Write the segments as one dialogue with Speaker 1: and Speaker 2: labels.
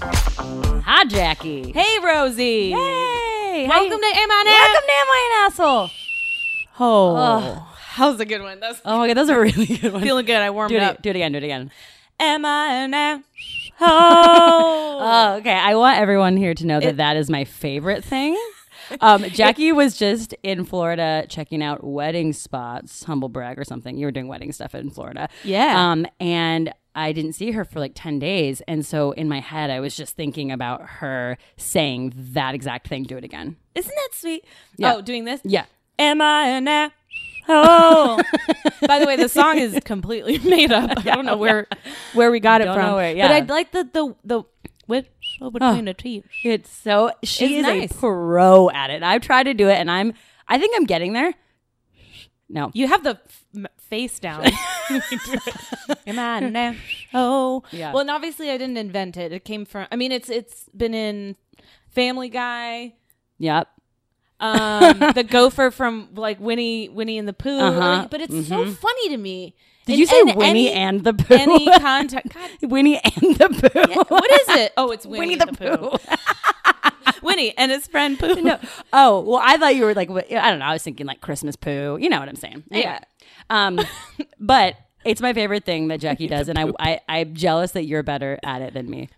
Speaker 1: Hi, Jackie.
Speaker 2: Hey, Rosie.
Speaker 1: Hey.
Speaker 2: Welcome to Am I an Ass-
Speaker 1: Welcome to Am I an Asshole? Oh.
Speaker 2: Ugh, that was a good one. That's
Speaker 1: Oh my god, those are really good ones.
Speaker 2: feeling good. I warmed
Speaker 1: do it,
Speaker 2: up.
Speaker 1: do it again, do it again.
Speaker 2: Am I an asshole?
Speaker 1: Oh, okay. I want everyone here to know that that is my favorite thing. Um, Jackie was just in Florida checking out wedding spots, humble brag or something. You were doing wedding stuff in Florida.
Speaker 2: Yeah.
Speaker 1: Um, and I didn't see her for like 10 days. And so in my head, I was just thinking about her saying that exact thing. Do it again.
Speaker 2: Isn't that sweet?
Speaker 1: Yeah.
Speaker 2: Oh, doing this?
Speaker 1: Yeah.
Speaker 2: Am I an asshole? By the way, the song is completely made up. I don't know where where we got it
Speaker 1: Don't
Speaker 2: from.
Speaker 1: know where-
Speaker 2: But
Speaker 1: yeah.
Speaker 2: I'd like the the the whip between the teeth.
Speaker 1: It's so, she
Speaker 2: It's
Speaker 1: is
Speaker 2: nice.
Speaker 1: a pro at it. I've tried to do it and I'm, I think I'm getting there. No.
Speaker 2: You have the f- m- face down. Am I an asshole?
Speaker 1: Yeah.
Speaker 2: Oh. Well, and obviously I didn't invent it. It came from. I mean, it's it's been in Family Guy.
Speaker 1: Yep.
Speaker 2: um, the gopher from like Winnie Winnie and the Pooh.
Speaker 1: Uh-huh.
Speaker 2: But it's so funny to me.
Speaker 1: Did
Speaker 2: In-
Speaker 1: you say
Speaker 2: in
Speaker 1: Winnie
Speaker 2: any,
Speaker 1: and the Pooh?
Speaker 2: any context? God,
Speaker 1: Winnie and the Pooh.
Speaker 2: what is it? Oh, it's
Speaker 1: Winnie
Speaker 2: Winnie, the,
Speaker 1: the Pooh.
Speaker 2: Winnie and his friend Pooh.
Speaker 1: No. Oh, well, I thought you were like, wh- I don't know. I was thinking like Christmas Pooh. You know what I'm saying?
Speaker 2: Yeah.
Speaker 1: Um, but it's my favorite thing that Jackie does. And I, I, I'm jealous that you're better at it than me.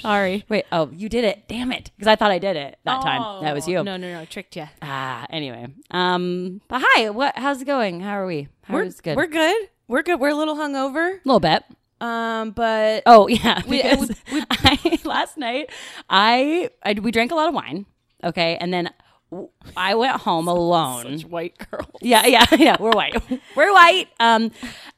Speaker 2: Sorry.
Speaker 1: Wait, oh, you did it. Damn it. Because I thought I did it that
Speaker 2: Oh,
Speaker 1: time. That was you.
Speaker 2: No, no, no. I Tricked you.
Speaker 1: Ah, anyway. Um, but hi, what, how's it going? How are we? How
Speaker 2: We're
Speaker 1: is it good?
Speaker 2: We're good. We're good. We're a little hungover.
Speaker 1: a little bit.
Speaker 2: Um, but
Speaker 1: Oh yeah,
Speaker 2: We- and
Speaker 1: because I, last night I, I we drank a lot of wine. Okay, and then w- I went home alone.
Speaker 2: white girl.
Speaker 1: Yeah, yeah, yeah. We're white. we're white. Um,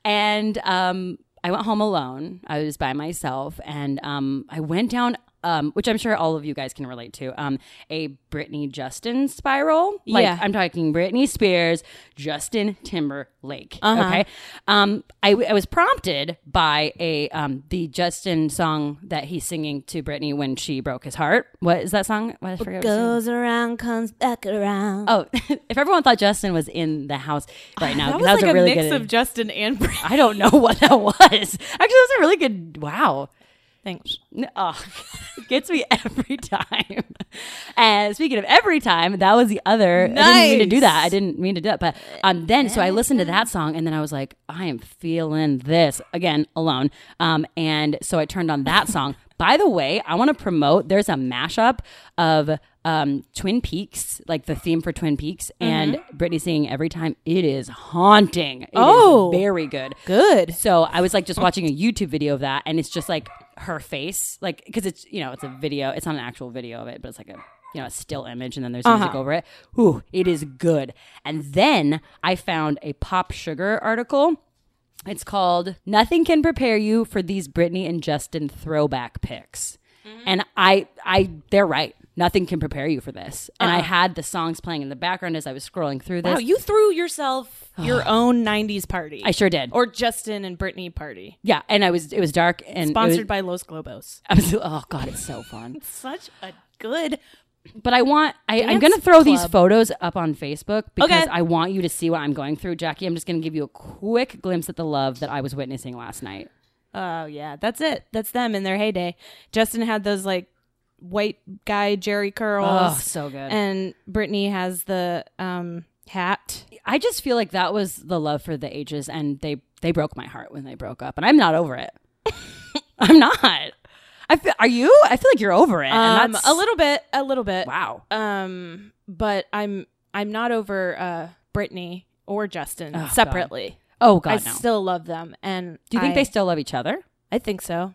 Speaker 1: and um, I went home alone. I was by myself, and um, I went down. Um, which I'm sure all of you guys can relate to, um, a Britney Justin spiral. Like,
Speaker 2: Yeah.
Speaker 1: I'm talking Britney Spears, Justin Timberlake.
Speaker 2: Uh-huh.
Speaker 1: Okay, um, I, I was prompted by a um, the Justin song that he's singing to Britney when she broke his heart. What is that song? What, I forget. what it's named.
Speaker 2: Goes around, comes back around.
Speaker 1: Oh, if everyone thought Justin was in the house right now,
Speaker 2: Ah, that
Speaker 1: 'cause
Speaker 2: was like
Speaker 1: a
Speaker 2: a
Speaker 1: really
Speaker 2: mix
Speaker 1: good.
Speaker 2: of Justin and Britney.
Speaker 1: I don't know what that was. Actually, that was a really good. Wow.
Speaker 2: Thanks.
Speaker 1: N- Oh, it gets me every time. And speaking of every time, that was the other. I didn't mean to do that. I
Speaker 2: Nice.
Speaker 1: didn't mean to do that. But um, then, so I listened to that song, and then I was like, I am feeling this again alone. Um, and so I turned on that song. By the way, I want to promote. There's a mashup of um, Twin Peaks, like the theme for Twin Peaks, and
Speaker 2: Mm-hmm.
Speaker 1: Britney singing every time. It is haunting. It is
Speaker 2: Oh.
Speaker 1: very good.
Speaker 2: Good.
Speaker 1: So I was like just watching a YouTube video of that, and it's just like her face, like because it's you know it's a video, it's not an actual video of it, but it's like a you know a still image, and then there's music
Speaker 2: Uh-huh.
Speaker 1: over it. Ooh, it is good. And then I found a Pop Sugar article. It's called "Nothing Can Prepare You for These Britney and Justin Throwback Picks,"
Speaker 2: Mm-hmm.
Speaker 1: and I, I, they're right. Nothing can prepare you for this. And I had the songs playing in the background as I was scrolling through this.
Speaker 2: Uh-huh. Wow, you threw yourself your own '90s party.
Speaker 1: I sure did.
Speaker 2: or Justin and Brittany party,
Speaker 1: yeah, and I was it was dark and it
Speaker 2: sponsored
Speaker 1: was-
Speaker 2: by Los Globos.
Speaker 1: I was, oh god, it's so fun.
Speaker 2: Such a good.
Speaker 1: But I want I, I'm
Speaker 2: Dance
Speaker 1: gonna throw these
Speaker 2: club.
Speaker 1: photos up on Facebook because
Speaker 2: Okay.
Speaker 1: I want you to see what I'm going through. Jackie, I'm just gonna give you a quick glimpse at the love that I was witnessing last night.
Speaker 2: Oh yeah, that's it. That's them in their heyday. Justin had those like white guy Jerry curls,
Speaker 1: Oh, so good.
Speaker 2: and Brittany has the um hat.
Speaker 1: I just feel like that was the love for the ages and they they broke my heart when they broke up and I'm not over it. I'm not. I feel, are you? I feel like you're over it. and
Speaker 2: Um,
Speaker 1: that's
Speaker 2: a little bit, a little bit.
Speaker 1: wow.
Speaker 2: Um, but I'm I'm not over uh Brittany or Justin
Speaker 1: Oh, God.
Speaker 2: separately.
Speaker 1: Oh
Speaker 2: I
Speaker 1: god, no.
Speaker 2: still love them, and
Speaker 1: Do you think
Speaker 2: I-
Speaker 1: they still love each other?
Speaker 2: I think so.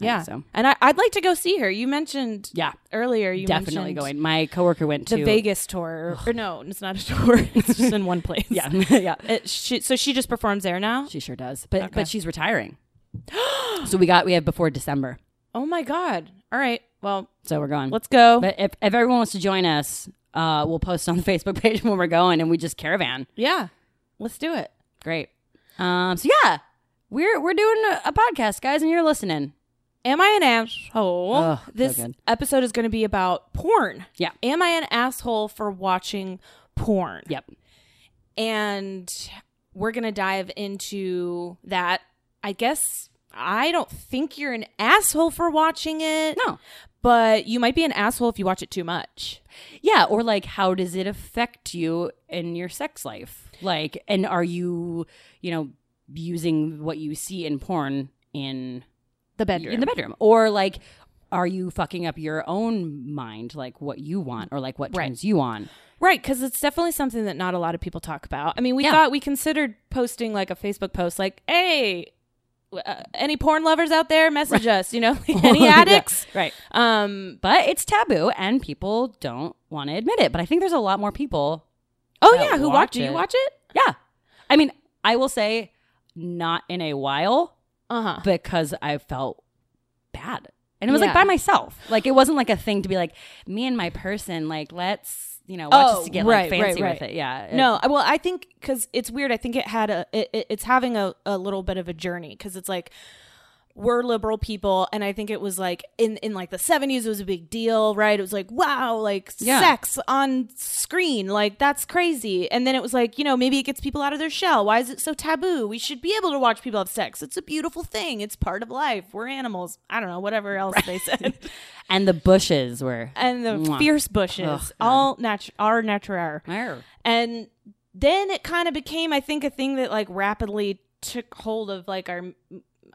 Speaker 1: I
Speaker 2: yeah.
Speaker 1: think so.
Speaker 2: And I, I'd like to go see her. You mentioned
Speaker 1: Yeah,
Speaker 2: earlier. You
Speaker 1: definitely
Speaker 2: mentioned
Speaker 1: going. My coworker went
Speaker 2: the
Speaker 1: to
Speaker 2: Vegas tour. Or no, it's not a tour. It's just in one place.
Speaker 1: Yeah, yeah.
Speaker 2: It, she, so she just performs there now.
Speaker 1: She sure does. But
Speaker 2: Okay.
Speaker 1: but she's retiring. so we got we have before December.
Speaker 2: Oh my god! All right. Well,
Speaker 1: So we're going.
Speaker 2: let's go.
Speaker 1: But if, if everyone wants to join us, uh, we'll post on the Facebook page when we're going and we just caravan.
Speaker 2: yeah, let's do it.
Speaker 1: Great. Um, so yeah, we're we're doing a, a podcast, guys, and you're listening.
Speaker 2: Am I an asshole?
Speaker 1: Ugh, so
Speaker 2: this
Speaker 1: good.
Speaker 2: episode is going to be about porn.
Speaker 1: Yeah.
Speaker 2: Am I an asshole for watching porn?
Speaker 1: Yep.
Speaker 2: and we're gonna dive into that. I guess I don't think you're an asshole for watching it.
Speaker 1: No.
Speaker 2: But you might be an asshole if you watch it too much.
Speaker 1: Yeah, or like how does it affect you in your sex life? Like and are you, you know, using what you see in porn in
Speaker 2: The
Speaker 1: in the bedroom or like are you fucking up your own mind like what you want or like what
Speaker 2: Right.
Speaker 1: turns you on?
Speaker 2: Right, because it's definitely something that not a lot of people talk about. I mean, we
Speaker 1: Yeah.
Speaker 2: thought we considered posting like a Facebook post, like, "Hey, uh, any porn lovers out there, message us." You know, any
Speaker 1: Oh, Yeah.
Speaker 2: addicts.
Speaker 1: Right.
Speaker 2: Um.
Speaker 1: But it's taboo and people don't want to admit it. But I think there's a lot more people
Speaker 2: Oh
Speaker 1: Uh,
Speaker 2: yeah, who
Speaker 1: watch
Speaker 2: watch? Do
Speaker 1: it.
Speaker 2: you watch it?
Speaker 1: Yeah. I mean, I will say not in a while
Speaker 2: Uh huh.
Speaker 1: because I felt bad. And it was
Speaker 2: Yeah.
Speaker 1: like by myself. Like it wasn't like a thing to be like me and my person like let's, you know, watch
Speaker 2: Oh,
Speaker 1: this to get
Speaker 2: right,
Speaker 1: like fancy
Speaker 2: right, right.
Speaker 1: with it. Yeah.
Speaker 2: No, I- well, I think because it's weird. I think it had a, it, it- it's having a, a little bit of a journey because it's like we're liberal people, and I think it was like in in like the seventies, it was a big deal, right? It was like wow, like
Speaker 1: Yeah.
Speaker 2: sex on screen, like that's crazy. And then it was like you know maybe it gets people out of their shell. Why is it so taboo? We should be able to watch people have sex. It's a beautiful thing. It's part of life. We're animals. I don't know whatever else they said.
Speaker 1: And the bushes were
Speaker 2: And the
Speaker 1: Mwah.
Speaker 2: fierce bushes,
Speaker 1: Ugh, God.
Speaker 2: all natu- our natural.
Speaker 1: Arr.
Speaker 2: And then it kind of became, I think, a thing that like rapidly took hold of like our,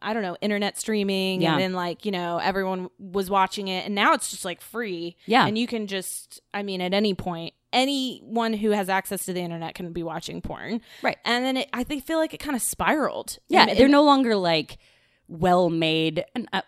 Speaker 2: I don't know, internet streaming.
Speaker 1: Yeah.
Speaker 2: And then like, you know, everyone was watching it. And now it's just like free.
Speaker 1: Yeah.
Speaker 2: And you can just, I mean, at any point, anyone who has access to the internet can be watching porn.
Speaker 1: Right.
Speaker 2: And then it, I think, feel like it kind of spiraled.
Speaker 1: Yeah,
Speaker 2: And-
Speaker 1: they're
Speaker 2: and-
Speaker 1: no longer like well made and uh,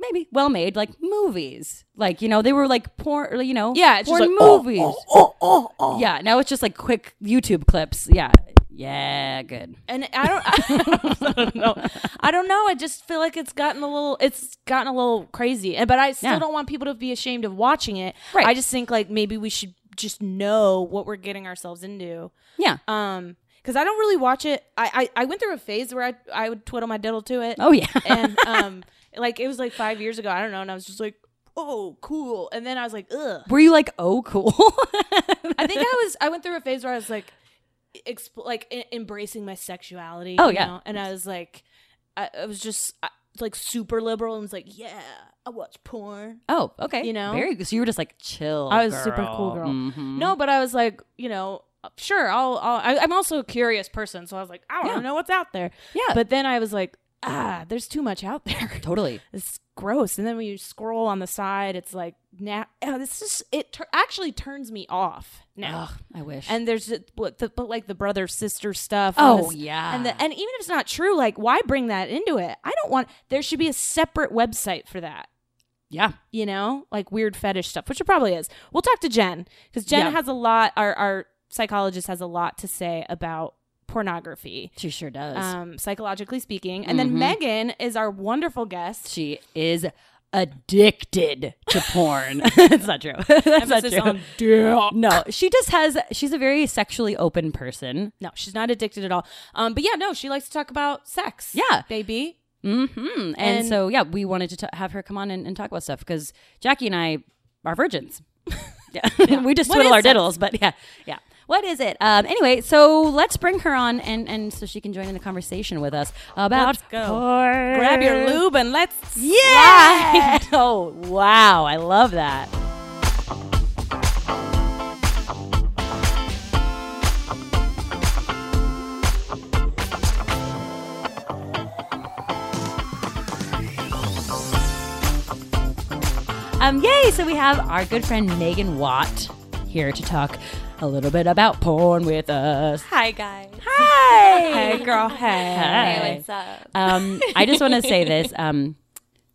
Speaker 1: maybe well made like movies. Like, you know, they were like porn, you know,
Speaker 2: Yeah, it's just
Speaker 1: porn
Speaker 2: like, oh,
Speaker 1: movies. Yeah, now it's just like quick YouTube clips. Yeah. Yeah, good.
Speaker 2: and I don't, I don't know. I don't know. I just feel like it's gotten a little, it's gotten a little crazy. And- But I still
Speaker 1: Yeah.
Speaker 2: don't want people to be ashamed of watching it.
Speaker 1: Right.
Speaker 2: I just think like maybe we should just know what we're getting ourselves into.
Speaker 1: Yeah.
Speaker 2: Um, because I don't really watch it. I, I I went through a phase where I I would twiddle my diddle to it.
Speaker 1: Oh yeah.
Speaker 2: And um, like it was like five years ago. I don't know. And I was just like, oh, cool. And then I was like, ugh.
Speaker 1: Were you like, oh, cool?
Speaker 2: I think I was. I went through a phase where I was like, exp- like e- embracing my sexuality.
Speaker 1: Oh,
Speaker 2: you
Speaker 1: yeah.
Speaker 2: know? and I was like, I, I was just I, like super liberal and was like, yeah, I watch porn.
Speaker 1: oh, okay.
Speaker 2: You know?
Speaker 1: very. So you were just like chill.
Speaker 2: I was super cool girl.
Speaker 1: Mhm.
Speaker 2: No, but I was like, you know, sure. I'll. I'll I, I'm also a curious person, so I was like, I want to
Speaker 1: Yeah.
Speaker 2: know what's out there.
Speaker 1: yeah,
Speaker 2: But then I was like, ah, there's too much out there.
Speaker 1: totally.
Speaker 2: It's gross. And then when you scroll on the side, it's like, nah, oh, this is it. Tur- actually, turns me off now.
Speaker 1: Ugh, I wish.
Speaker 2: and there's the, but the, but like the brother sister stuff. and
Speaker 1: oh
Speaker 2: this-
Speaker 1: yeah,
Speaker 2: and the, and even if it's not true, like why bring that into it? I don't want. There should be a separate website for that.
Speaker 1: yeah,
Speaker 2: You know, like weird fetish stuff, which it probably is. We'll talk to Jen because Jen
Speaker 1: Yeah.
Speaker 2: has a lot. Our our psychologist has a lot to say about pornography,
Speaker 1: she sure does.
Speaker 2: um, psychologically speaking. And then
Speaker 1: Mhm.
Speaker 2: Megan is our wonderful guest.
Speaker 1: she is addicted to porn. It's not true. That's not true.
Speaker 2: Emphasis on dick.
Speaker 1: no, she just has. She's a very sexually open person.
Speaker 2: No, she's not addicted at all. Um, but yeah, no, she likes to talk about sex.
Speaker 1: Yeah.
Speaker 2: baby.
Speaker 1: Mm-hmm. And,
Speaker 2: And-
Speaker 1: so yeah, we wanted to t- have her come on and, and talk about stuff because Jackie and I are virgins. yeah. we just
Speaker 2: What
Speaker 1: twiddle
Speaker 2: is
Speaker 1: our
Speaker 2: sex?
Speaker 1: diddles, but yeah, yeah. What is it? Um, anyway, so let's bring her on and and so she can join in the conversation with us about
Speaker 2: Let's go.
Speaker 1: porn.
Speaker 2: Grab your lube and let's
Speaker 1: Yeah. oh wow, I love that. Um, yay! So we have our good friend Megan Watt here to talk a little bit about porn with us.
Speaker 3: Hi guys.
Speaker 1: Hi,
Speaker 2: Hey girl, hey.
Speaker 1: Hi.
Speaker 3: Hey, what's up?
Speaker 1: Um, I just want to say this. Um,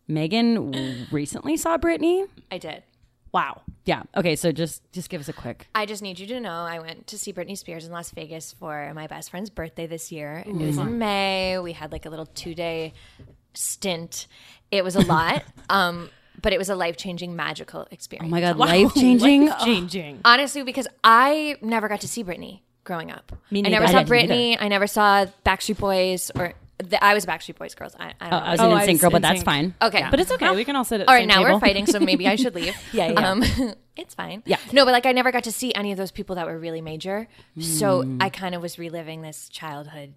Speaker 1: Megan w- recently saw Britney.
Speaker 3: I did.
Speaker 2: Wow.
Speaker 1: Yeah. Okay. So just just give us a quick.
Speaker 3: I just need you to know I went to see Britney Spears in Las Vegas for my best friend's birthday this year. And it was in May. We had like a little two day stint. It was a lot, um, but it was a life changing, magical experience.
Speaker 1: Oh my god, life changing.
Speaker 2: Changing.
Speaker 3: Honestly, because I never got to see Britney growing up.
Speaker 1: Me
Speaker 3: I
Speaker 1: neither.
Speaker 3: never
Speaker 1: I
Speaker 3: saw
Speaker 1: didn't
Speaker 3: Britney. I never saw Backstreet Boys or The, I was Backstreet Boys girls. I, I
Speaker 1: Oh,
Speaker 3: don't know.
Speaker 1: I was
Speaker 2: Oh,
Speaker 1: an
Speaker 2: I
Speaker 1: insane
Speaker 2: was Oh,
Speaker 1: girl, but that's
Speaker 2: NSYNC.
Speaker 1: fine.
Speaker 3: Okay.
Speaker 1: Yeah.
Speaker 2: But it's okay. We can all sit at the
Speaker 3: All right,
Speaker 2: same
Speaker 3: now we're
Speaker 2: table.
Speaker 3: fighting, so maybe I should leave.
Speaker 1: Yeah, yeah.
Speaker 3: Um, it's fine.
Speaker 1: Yeah.
Speaker 3: No, but like I never got to see any of those people that were really major, so I kind of was reliving this childhood.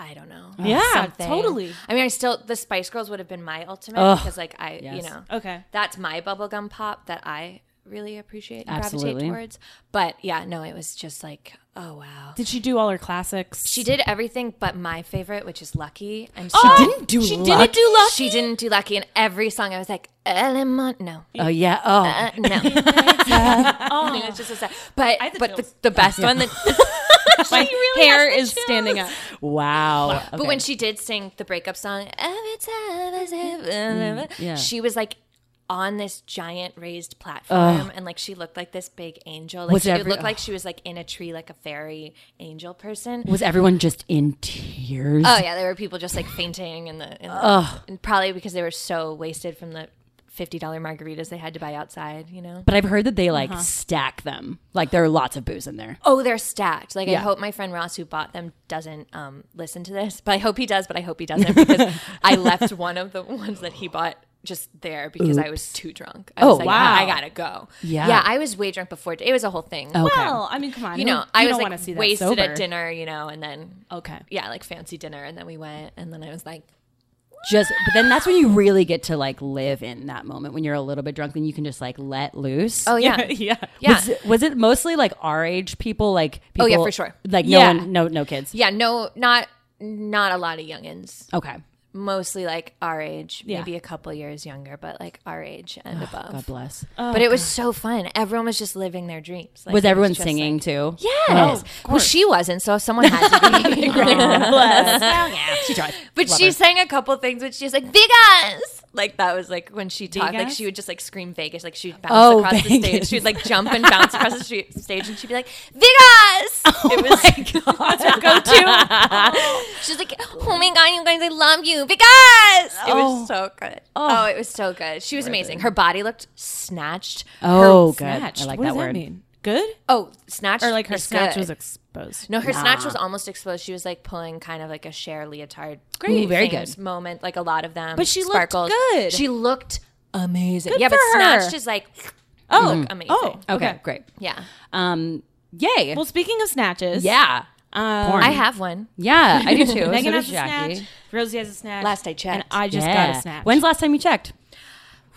Speaker 3: I don't know.
Speaker 2: Yeah,
Speaker 3: something.
Speaker 2: totally.
Speaker 3: I mean, I still the Spice Girls would have been my ultimate because, like, I you
Speaker 1: yes.
Speaker 3: know,
Speaker 2: Okay.
Speaker 3: that's my bubblegum pop that I really appreciate and
Speaker 1: Absolutely.
Speaker 3: gravitate towards. But yeah, no, it was just like, oh wow.
Speaker 2: Did she do all her classics?
Speaker 3: She did everything but my favorite, which is Lucky. And she
Speaker 1: She didn't do
Speaker 2: she
Speaker 1: luck.
Speaker 2: didn't do lucky.
Speaker 3: she didn't do Lucky in every song. I was like, Element, no.
Speaker 1: Oh yeah. Oh,
Speaker 3: Uh, no. oh. It was just so sad. But,
Speaker 2: the
Speaker 3: but the,
Speaker 2: chills.
Speaker 3: the best one that
Speaker 2: My
Speaker 3: hair is standing up.
Speaker 1: wow.
Speaker 3: But when she did sing the breakup song, "Every time I say blah, blah, blah,"
Speaker 1: Mm, yeah.
Speaker 3: she was like on this giant raised platform and like she looked like this big angel. Like
Speaker 1: Was
Speaker 3: she
Speaker 1: every-
Speaker 3: looked like she was like in a tree like a fairy angel person.
Speaker 1: was everyone just in tears?
Speaker 2: Uh,
Speaker 3: Oh yeah, there were people just like fainting in the, in the and probably because they were so wasted from the fifty dollar margaritas they had to buy outside, you know.
Speaker 1: But I've heard that they like
Speaker 2: uh-huh.
Speaker 1: stack them. Like there are lots of booze in there.
Speaker 3: Oh, they're stacked. Like I
Speaker 1: Yeah.
Speaker 3: hope my friend Ross who bought them doesn't um, listen to this, but I hope he does. But I hope he doesn't because I left one of the ones that he bought just there because I was too drunk. I
Speaker 1: Oh,
Speaker 3: was like,
Speaker 1: wow.
Speaker 3: I gotta go.
Speaker 1: Yeah. Oh,
Speaker 3: yeah. I was way drunk before. It was a whole thing.
Speaker 1: Okay.
Speaker 2: Well, I mean, come on.
Speaker 3: you
Speaker 2: Who-
Speaker 3: know, I was
Speaker 2: don't
Speaker 3: like
Speaker 2: wanna see that
Speaker 3: wasted
Speaker 2: sober.
Speaker 3: at dinner, you know, and then oh,
Speaker 2: Okay.
Speaker 3: yeah, like fancy dinner, and then we went, and then I was like,
Speaker 1: Just but then that's when you really get to like live in that moment when you're a little bit drunk. Then you can just like let loose.
Speaker 3: oh yeah,
Speaker 2: yeah.
Speaker 3: yeah.
Speaker 1: Was, was it mostly like our age people? Like people,
Speaker 3: Oh, yeah, for sure.
Speaker 1: Like
Speaker 2: Yeah.
Speaker 1: no one, no no kids.
Speaker 3: Yeah, no, not not a lot of youngins.
Speaker 1: Okay.
Speaker 3: Mostly like our age,
Speaker 2: Yeah.
Speaker 3: maybe a couple years younger, but like our age and above.
Speaker 1: God bless.
Speaker 3: but it was so fun. Everyone was just living their dreams. Like,
Speaker 1: was
Speaker 3: it
Speaker 1: everyone
Speaker 3: just
Speaker 1: singing
Speaker 3: like-
Speaker 1: too?
Speaker 3: yes. well, she wasn't, so someone had to be.
Speaker 1: Yeah. She tried.
Speaker 3: but
Speaker 1: Love
Speaker 3: she
Speaker 1: her.
Speaker 3: sang a couple things, but she was like Vegas. Like that was like when she talked, like
Speaker 2: Vegas?
Speaker 3: she would just like scream Vegas, like she'd bounce
Speaker 1: Oh,
Speaker 3: across the stage.
Speaker 1: Vegas.
Speaker 3: She would like jump and bounce across the street, stage, and she'd be like Vegas.
Speaker 1: Oh
Speaker 3: it was like
Speaker 2: Go to.
Speaker 3: She's like, oh my god, you guys, I love you because it was so good. Oh, it was so good. She was amazing. Her body looked snatched.
Speaker 1: Oh,
Speaker 3: her,
Speaker 1: good. I like
Speaker 2: what
Speaker 1: that
Speaker 2: does
Speaker 1: word.
Speaker 2: that mean? Good
Speaker 3: oh, snatched
Speaker 2: or like her
Speaker 3: is
Speaker 2: snatch
Speaker 3: good. Mm-hmm.
Speaker 2: was exposed?
Speaker 3: no, her snatch was almost exposed. She was like pulling kind of like a Cher leotard,
Speaker 1: Great. Ooh, very
Speaker 3: things
Speaker 1: good.
Speaker 3: moment, like a lot of them.
Speaker 2: But she looked
Speaker 3: sparkles.
Speaker 2: good.
Speaker 3: She looked amazing. yeah,
Speaker 2: for
Speaker 3: but
Speaker 2: her.
Speaker 3: snatched is like
Speaker 2: Oh,
Speaker 3: look amazing.
Speaker 2: Oh,
Speaker 1: Okay,
Speaker 2: okay.
Speaker 1: great.
Speaker 3: yeah.
Speaker 1: Um, yay.
Speaker 2: Well, speaking of snatches,
Speaker 1: yeah.
Speaker 2: um,
Speaker 1: Porn.
Speaker 3: I have one.
Speaker 1: yeah, I do too. So
Speaker 2: Megan
Speaker 1: does
Speaker 2: has a
Speaker 1: Jackie.
Speaker 2: snatch. Rosie has a snatch.
Speaker 3: Last I checked.
Speaker 2: and I just got a snatch.
Speaker 1: When's the last time you checked?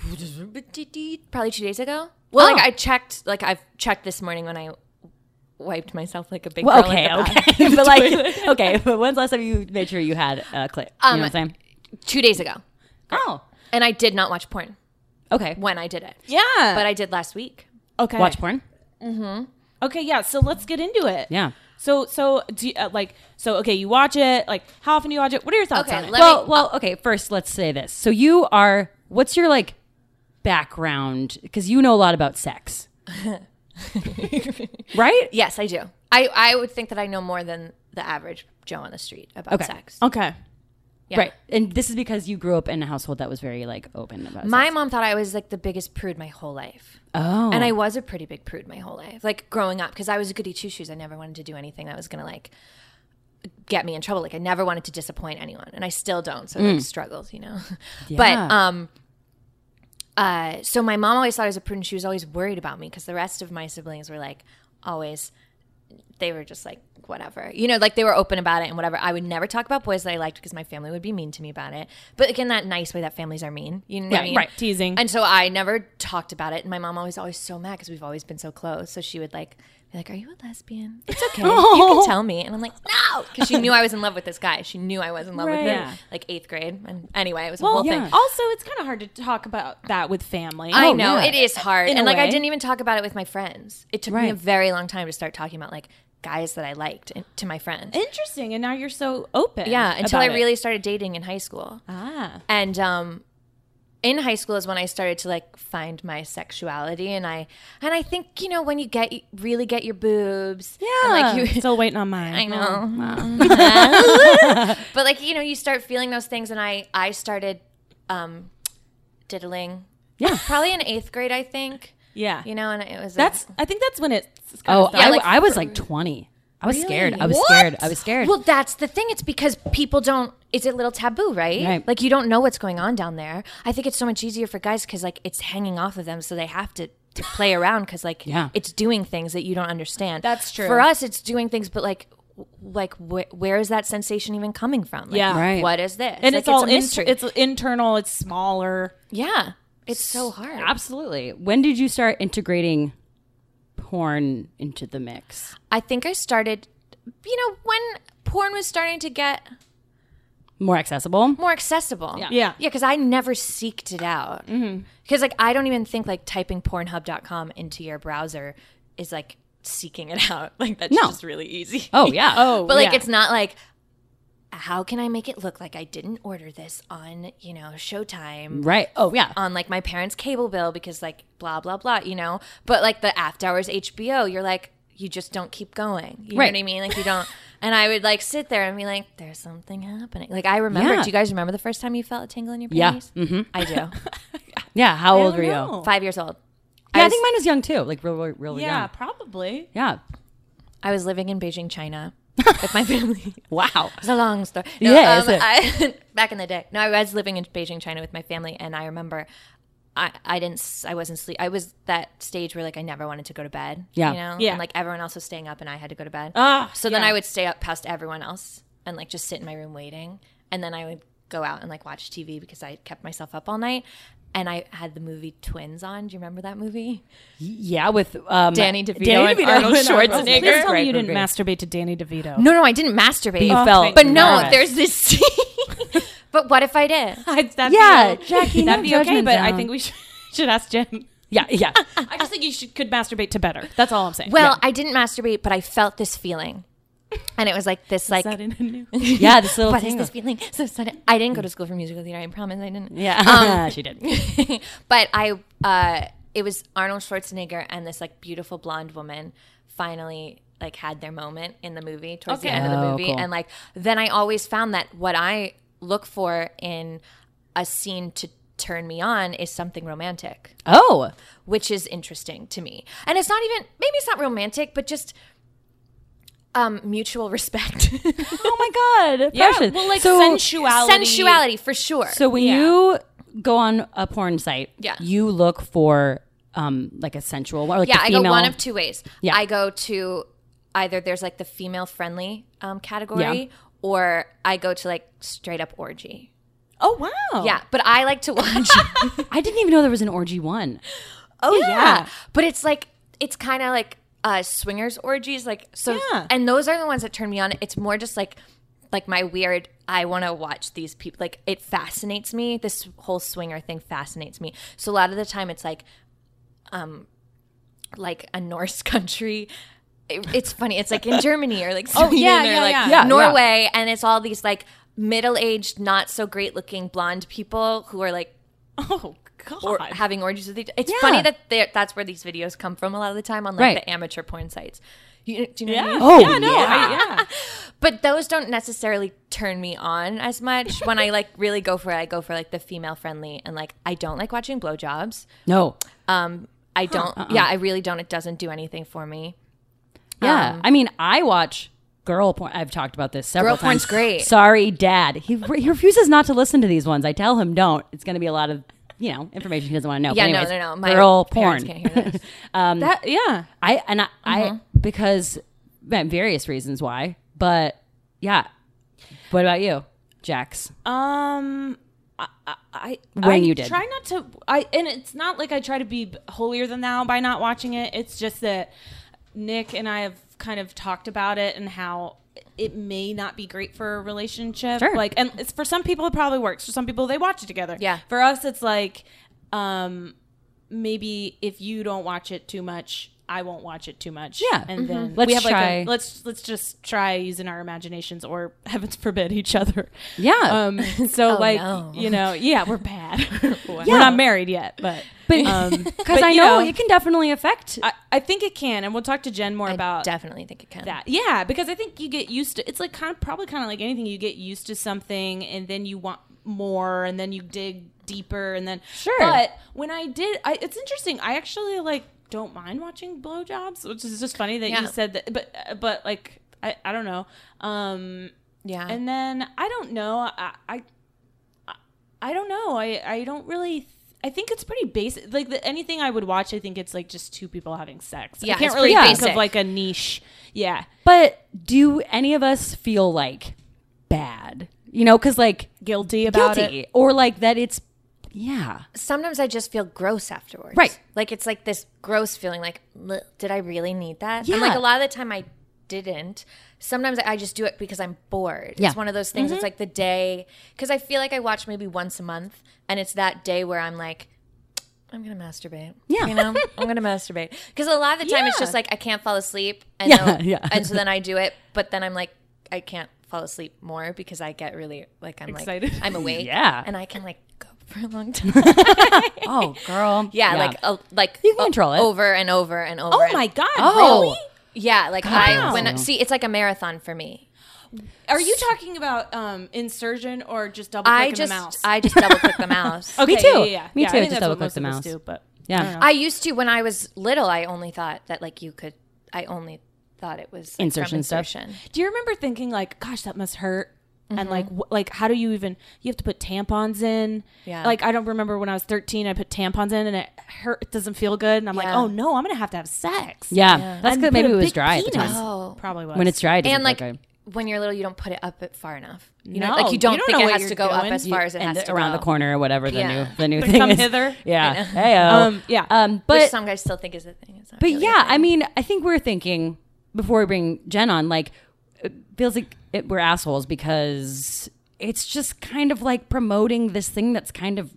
Speaker 3: Probably two days ago. Well,
Speaker 1: Oh.
Speaker 3: like I checked, like I've checked this morning when I wiped myself like a big
Speaker 1: Well,
Speaker 3: girl in
Speaker 1: okay, okay,
Speaker 3: the bath.
Speaker 1: but like, okay, but when's the last time you made sure you had a clip? You know what I'm saying?
Speaker 3: two days ago.
Speaker 1: Oh,
Speaker 3: And I did not watch porn
Speaker 1: okay.
Speaker 3: when I did it.
Speaker 2: yeah,
Speaker 3: But I did last week.
Speaker 2: okay.
Speaker 1: Watch porn.
Speaker 2: Okay, yeah. So let's get into it.
Speaker 1: Yeah.
Speaker 2: So so do you, uh, like so okay, you watch it. Like how often do you watch it? What are your thoughts
Speaker 3: Okay,
Speaker 2: on it?
Speaker 3: let-
Speaker 1: well,
Speaker 3: me- uh,
Speaker 1: well, okay. First, let's say this. So you are. What's your like background? Because you know a lot about sex, right?
Speaker 3: Yes, I do. I, I would think that I know more than the average Joe on the street about
Speaker 1: Okay.
Speaker 3: sex.
Speaker 2: okay.
Speaker 3: Yeah.
Speaker 1: Right. And this is because you grew up in a household that was very like open about
Speaker 3: My
Speaker 1: sex.
Speaker 3: mom thought I was like the biggest prude my whole life.
Speaker 1: Oh,
Speaker 3: And I was a pretty big prude my whole life, like growing up, because I was a goody two shoes. I never wanted to do anything that was going to like get me in trouble. Like I never wanted to disappoint anyone, and I still don't. So like struggles, you know.
Speaker 1: Mm.
Speaker 3: But
Speaker 1: Yeah.
Speaker 3: um, uh, so my mom always thought I was a prude, and she was always worried about me because the rest of my siblings were like always. They were just like whatever, you know, like they were open about it and whatever. I would never talk about boys that I liked because my family would be mean to me about it. But again, that nice way that families are mean, you know, what I
Speaker 1: Right,
Speaker 3: mean?
Speaker 1: right.
Speaker 2: Teasing.
Speaker 3: And so I never talked about it. And my mom always always so mad because we've always been so close. So she would like be like, "Are you a lesbian? It's okay. You can tell me." And I'm like, "No," because she knew I was in love with this guy. She knew I was in love
Speaker 1: Right.
Speaker 3: with him.
Speaker 1: Yeah.
Speaker 3: Like eighth grade. And anyway, it was a
Speaker 2: well,
Speaker 3: whole
Speaker 1: yeah.
Speaker 3: thing.
Speaker 2: also it's kind of hard to talk about that with family.
Speaker 3: I
Speaker 1: Oh,
Speaker 3: know
Speaker 1: yeah.
Speaker 3: it is hard,
Speaker 2: In a
Speaker 3: and like I
Speaker 2: way.
Speaker 3: didn't even talk about it with my friends. It took me
Speaker 1: Right.
Speaker 3: a very long time to start talking about like guys that I liked and, to my friends.
Speaker 2: Interesting. And now you're so open.
Speaker 3: yeah, until I
Speaker 2: about it.
Speaker 3: really started dating in high school.
Speaker 2: ah.
Speaker 3: and um in high school is when I started to like find my sexuality and I and I think you know when you get really get your boobs and, like you
Speaker 2: still waiting on mine.
Speaker 3: I know but like you know you start feeling those things and I I started um diddling
Speaker 1: Yeah.
Speaker 3: probably in 8th grade I think
Speaker 2: Yeah.
Speaker 3: you know and it was a-
Speaker 2: That's. I think that's when it's.
Speaker 1: Oh,
Speaker 3: Yeah,
Speaker 1: I,
Speaker 3: like-
Speaker 1: I was like 20. I was scared. I was
Speaker 3: What?
Speaker 1: scared. I was scared.
Speaker 3: Well, that's the thing. It's because people don't. It's a little taboo, right?
Speaker 1: Right.
Speaker 3: Like you don't know what's going on down there. I think it's so much easier for guys because like it's hanging off of them, so they have to, to play around because like
Speaker 1: Yeah.
Speaker 3: it's doing things that you don't understand.
Speaker 2: That's true.
Speaker 3: For us, it's doing things, but like. w- Like wh- where is that sensation even coming from? Like,
Speaker 2: Yeah.
Speaker 1: Right.
Speaker 3: What is this?
Speaker 2: and
Speaker 3: Like,
Speaker 2: it's, all
Speaker 3: a
Speaker 2: inter-
Speaker 3: mystery.
Speaker 2: it's internal. It's smaller.
Speaker 3: yeah. It's so hard.
Speaker 1: Absolutely. When did you start integrating porn into the mix?
Speaker 3: I think I started. You know when porn was starting to get
Speaker 1: More accessible?
Speaker 3: more accessible. Yeah.
Speaker 2: Yeah.
Speaker 3: Yeah, because I never seeked it out. Because, like, I don't even think, like, typing pornhub.com into your browser is, like, seeking it out. Like, that's
Speaker 1: No.
Speaker 3: just really easy.
Speaker 1: Oh, yeah.
Speaker 2: Oh,
Speaker 3: But, like,
Speaker 2: yeah.
Speaker 3: it's not like, how can I make it look like I didn't order this on, you know, Showtime?
Speaker 1: Right. Oh, yeah.
Speaker 3: on like my parents' cable bill because like blah blah blah, you know. But like the after hours HBO, you're like you just don't keep going. You
Speaker 1: Right.
Speaker 3: know what I mean? Like you don't. And I would like sit there and be like, "There's something happening." Like I remember.
Speaker 1: Yeah.
Speaker 3: Do you guys remember the first time you felt a tingle in your
Speaker 1: Yeah.
Speaker 3: panties? Mm-hmm. I do.
Speaker 1: yeah. How old were you?
Speaker 2: know.
Speaker 3: Five years old.
Speaker 1: Yeah, I,
Speaker 3: was-
Speaker 1: think mine was young too. Like, real, real, real
Speaker 2: yeah,
Speaker 1: young.
Speaker 2: probably.
Speaker 1: Yeah.
Speaker 3: I was living in Beijing, China, with my family.
Speaker 1: Wow.
Speaker 3: It's a long story. No,
Speaker 1: Yeah,
Speaker 3: um, I, back in the day. No, I was living in Beijing, China, with my family, and I remember, I, I didn't, s- I wasn't sleep. I was that stage where like I never wanted to go to bed.
Speaker 1: Yeah.
Speaker 3: you know,
Speaker 2: Yeah.
Speaker 3: And, like everyone else was staying up, and I had to go to bed.
Speaker 2: Ah,
Speaker 3: so then
Speaker 2: yeah.
Speaker 3: I would stay up past everyone else and like just sit in my room waiting, and then I would go out and like watch TV because I kept myself up all night. And I had the movie Twins on. Do you remember that movie?
Speaker 1: Yeah, with um,
Speaker 3: Danny DeVito and
Speaker 1: DeVito
Speaker 3: Arnold Schwarzenegger.
Speaker 2: Please tell
Speaker 1: Right,
Speaker 2: me you
Speaker 1: right,
Speaker 2: didn't
Speaker 1: right.
Speaker 2: masturbate to Danny DeVito.
Speaker 3: No, no, I didn't masturbate.
Speaker 1: You
Speaker 2: Oh,
Speaker 1: felt,
Speaker 2: thank
Speaker 3: but no,
Speaker 1: nervous.
Speaker 3: there's this scene. but what if I did?
Speaker 2: that'd
Speaker 1: Yeah,
Speaker 2: be,
Speaker 1: Jackie,
Speaker 2: that'd
Speaker 1: no
Speaker 2: be okay.
Speaker 1: judgment
Speaker 2: But I
Speaker 1: zone.
Speaker 2: think we should, should ask Jen.
Speaker 1: yeah, yeah.
Speaker 2: I just think you should could masturbate to better. That's all I'm saying.
Speaker 3: Well, I didn't masturbate, but I felt this feeling. And it was like this, like,
Speaker 2: Is that in a new?
Speaker 1: Yeah, this little
Speaker 3: what is
Speaker 1: thing.
Speaker 3: this feeling? So sudden. I didn't go to school for musical theater. I promise I didn't.
Speaker 1: yeah,
Speaker 3: Um,
Speaker 1: she did.
Speaker 3: but I, uh, it was Arnold Schwarzenegger and this like beautiful blonde woman finally like had their moment in the movie towards the
Speaker 2: Okay.
Speaker 3: end of the
Speaker 1: Oh,
Speaker 3: movie,
Speaker 1: cool.
Speaker 3: and like then I always found that what I look for in a scene to turn me on is something romantic
Speaker 1: Oh,
Speaker 3: which is interesting to me. And it's not even maybe it's not romantic, but just um mutual respect.
Speaker 1: oh my God.
Speaker 2: yeah,
Speaker 1: Precious.
Speaker 2: well, like
Speaker 1: so,
Speaker 2: sensuality.
Speaker 3: Sensuality for sure.
Speaker 1: So when
Speaker 2: Yeah.
Speaker 1: you go on a porn site,
Speaker 3: Yeah.
Speaker 1: you look for um like a sensual one, or like
Speaker 3: yeah,
Speaker 1: the
Speaker 3: I
Speaker 1: female.
Speaker 3: go one of two ways.
Speaker 1: Yeah.
Speaker 3: I go to either there's like the female friendly um category
Speaker 1: Yeah.
Speaker 3: or I go to like straight up orgy.
Speaker 2: Oh wow.
Speaker 3: Yeah, but I like to watch
Speaker 1: I didn't even know there was an orgy one.
Speaker 3: Oh yeah. But it's like it's kind of like uh swingers orgies like so
Speaker 2: Yeah.
Speaker 3: and those are the ones that turn me on. It's more just like like my weird I want to watch these people like it fascinates me. This whole swinger thing fascinates me. So a lot of the time it's like um like a Norse country it- it's funny. It's like in Germany or like Sweden
Speaker 2: Oh, yeah,
Speaker 3: or
Speaker 2: yeah,
Speaker 3: like
Speaker 2: yeah. Yeah,
Speaker 3: Norway, and it's all these like middle-aged, not so great-looking blonde people who are like
Speaker 2: Oh god.
Speaker 3: or having orgies with each. It's
Speaker 1: Yeah.
Speaker 3: funny that they're- that's where these videos come from a lot of the time on like
Speaker 1: Right.
Speaker 3: the amateur porn sites. You, do you know what I
Speaker 2: yeah.
Speaker 3: mean?
Speaker 1: Oh,
Speaker 2: yeah. No. I, yeah.
Speaker 3: But those don't necessarily turn me on as much. when I like really go for it, I go for like the female friendly and like I don't like watching blowjobs.
Speaker 1: No.
Speaker 3: I don't. Yeah, I really don't. It doesn't do anything for me.
Speaker 1: Yeah. I mean, I watch girl porn. I've talked about this several
Speaker 3: Um, Girl porn's
Speaker 1: times.
Speaker 3: great.
Speaker 1: Sorry, dad. He, he refuses not to listen to these ones. I tell him don't. It's going to be a lot of, you know, information he doesn't want to know.
Speaker 3: Yeah,
Speaker 1: But
Speaker 3: no,
Speaker 1: anyways,
Speaker 3: no, no. My
Speaker 1: girl
Speaker 3: parents
Speaker 1: porn.
Speaker 3: can't hear Mm-hmm. this.
Speaker 2: That yeah.
Speaker 1: I and I, I because man, various reasons why, but yeah. What about you, Jax?
Speaker 2: Um, I, I- I
Speaker 1: When
Speaker 2: I
Speaker 1: you did.
Speaker 2: try not to. I and it's not like I try to be holier than thou by not watching it. It's just that Nick and I have kind of talked about it and how it may not be great for a relationship.
Speaker 1: Sure.
Speaker 2: Like, and it's for some people it probably works. For some people they watch it together.
Speaker 3: Yeah.
Speaker 2: For us, it's like, um, maybe if you don't watch it too much. I won't watch it too much.
Speaker 1: Yeah. Mm-hmm.
Speaker 2: and then
Speaker 1: Let's
Speaker 2: we have like
Speaker 1: try-
Speaker 2: a, let's let's just try using our imaginations, or heavens forbid, each other.
Speaker 1: Yeah.
Speaker 2: Um, so
Speaker 3: Oh,
Speaker 2: like
Speaker 3: no.
Speaker 2: you know, yeah, we're bad. We're not married yet, but
Speaker 1: But
Speaker 2: um,
Speaker 1: because
Speaker 2: but,
Speaker 1: I
Speaker 2: you
Speaker 1: know, it can definitely affect.
Speaker 2: I, I think it can, and we'll talk to Jen more
Speaker 3: I
Speaker 2: about
Speaker 3: definitely think it can.
Speaker 2: that. Yeah, because I think you get used to it's like kind of probably kind of like anything you get used to something, and then you want more, and then you dig deeper, and then
Speaker 1: Sure.
Speaker 2: But when I did, I, it's interesting. I actually like don't mind watching blowjobs, which is just funny that
Speaker 3: Yeah.
Speaker 2: you said that. But but like I, I don't know. Um,
Speaker 3: Yeah.
Speaker 1: Uh-huh.
Speaker 2: and then I don't know. I I, I- I don't know. I I don't really. Th- I think it's pretty basic. Like the, anything I would watch, I think it's like just two people having sex.
Speaker 3: Yeah,
Speaker 2: I can't
Speaker 3: it's
Speaker 2: really
Speaker 1: pretty
Speaker 2: think
Speaker 3: basic.
Speaker 2: of like a niche. Yeah,
Speaker 1: But do any of us feel like bad? You know, because like
Speaker 2: guilty about
Speaker 1: guilty
Speaker 2: it.
Speaker 1: or like that it's yeah.
Speaker 3: sometimes I just feel gross afterwards.
Speaker 1: Right.
Speaker 3: Like it's like this gross feeling like, "Bleh, did I really need that? And like
Speaker 1: Yeah.
Speaker 3: a lot of the time I didn't. Sometimes I just do it because I'm
Speaker 1: Yeah.
Speaker 3: bored.
Speaker 1: Mm-hmm.
Speaker 3: It's one of those things. It's like the day, because I feel like I watch maybe once a month and it's that day where I'm like, I'm gonna masturbate.
Speaker 1: Yeah.
Speaker 3: you know, I'm gonna masturbate because a lot of the time it's
Speaker 2: Yeah.
Speaker 3: just like I can't fall asleep, and
Speaker 1: Yeah,
Speaker 3: then-
Speaker 1: yeah.
Speaker 3: and so then I do it, but then I'm like, I can't fall asleep more because I get really like I'm
Speaker 2: Excited.
Speaker 3: like I'm awake,
Speaker 1: Yeah.
Speaker 3: and I can like go for a long time.
Speaker 1: Oh, girl.
Speaker 3: Yeah, like a, like
Speaker 1: You can
Speaker 3: o-
Speaker 1: control it.
Speaker 3: over and over and over.
Speaker 2: Oh
Speaker 3: and-
Speaker 2: my god!
Speaker 1: Oh.
Speaker 2: Really?
Speaker 3: Yeah, like
Speaker 1: Wow.
Speaker 3: I when I- see it's like a marathon for me.
Speaker 2: Are you talking about um insertion or just double
Speaker 3: I
Speaker 2: clicking
Speaker 3: just
Speaker 2: the mouse?
Speaker 3: I just double click the mouse.
Speaker 1: Me
Speaker 2: Okay,
Speaker 1: too. Me
Speaker 2: I
Speaker 1: too, just
Speaker 2: think that's
Speaker 1: double
Speaker 2: what
Speaker 1: click
Speaker 2: most
Speaker 1: the
Speaker 2: of us
Speaker 1: mouse.
Speaker 2: do, but
Speaker 1: Yeah.
Speaker 2: I don't know.
Speaker 3: I used to when I was little. I only thought that like you could. I only thought it was like,
Speaker 1: Insertion
Speaker 3: from
Speaker 1: stuff.
Speaker 3: insertion.
Speaker 2: Do you remember thinking like, "Gosh, that must hurt," and like,
Speaker 3: Mm-hmm.
Speaker 2: wh- like how do you even? You have to put tampons in.
Speaker 3: Yeah.
Speaker 2: Like I don't remember when I was thirteen, I put tampons in and it hurt. It doesn't feel good, and I'm like,
Speaker 3: Yeah.
Speaker 2: "Oh no, I'm gonna have to have sex."
Speaker 1: yeah. That's
Speaker 2: And
Speaker 1: good.
Speaker 2: put
Speaker 1: Maybe
Speaker 2: a
Speaker 1: it was
Speaker 2: big
Speaker 1: dry at the
Speaker 2: penis.
Speaker 1: time.
Speaker 3: Oh.
Speaker 2: Probably was.
Speaker 1: When it's dry, it doesn't
Speaker 3: And like
Speaker 1: look good.
Speaker 3: when you're little, you don't put it up it far enough. You know,
Speaker 2: No,
Speaker 3: like you don't,
Speaker 2: you don't
Speaker 3: think
Speaker 2: know
Speaker 3: it
Speaker 2: what
Speaker 3: has
Speaker 2: you're
Speaker 3: to go up
Speaker 2: doing.
Speaker 3: as far as it
Speaker 1: and
Speaker 3: has
Speaker 1: the-
Speaker 3: to
Speaker 1: around
Speaker 3: go.
Speaker 1: the corner or whatever the
Speaker 3: Yeah.
Speaker 1: new the new
Speaker 2: The
Speaker 1: thing
Speaker 2: come
Speaker 1: is.
Speaker 2: hither.
Speaker 1: Yeah. Hey.
Speaker 2: Um, yeah.
Speaker 1: Um.
Speaker 3: Which
Speaker 1: But
Speaker 3: some guys still think is the thing. It's not
Speaker 1: but
Speaker 3: really a
Speaker 1: yeah,
Speaker 3: thing.
Speaker 1: I mean, I think we're thinking before we bring Jen on, like it feels like it, we're assholes because it's just kind of like promoting this thing that's kind of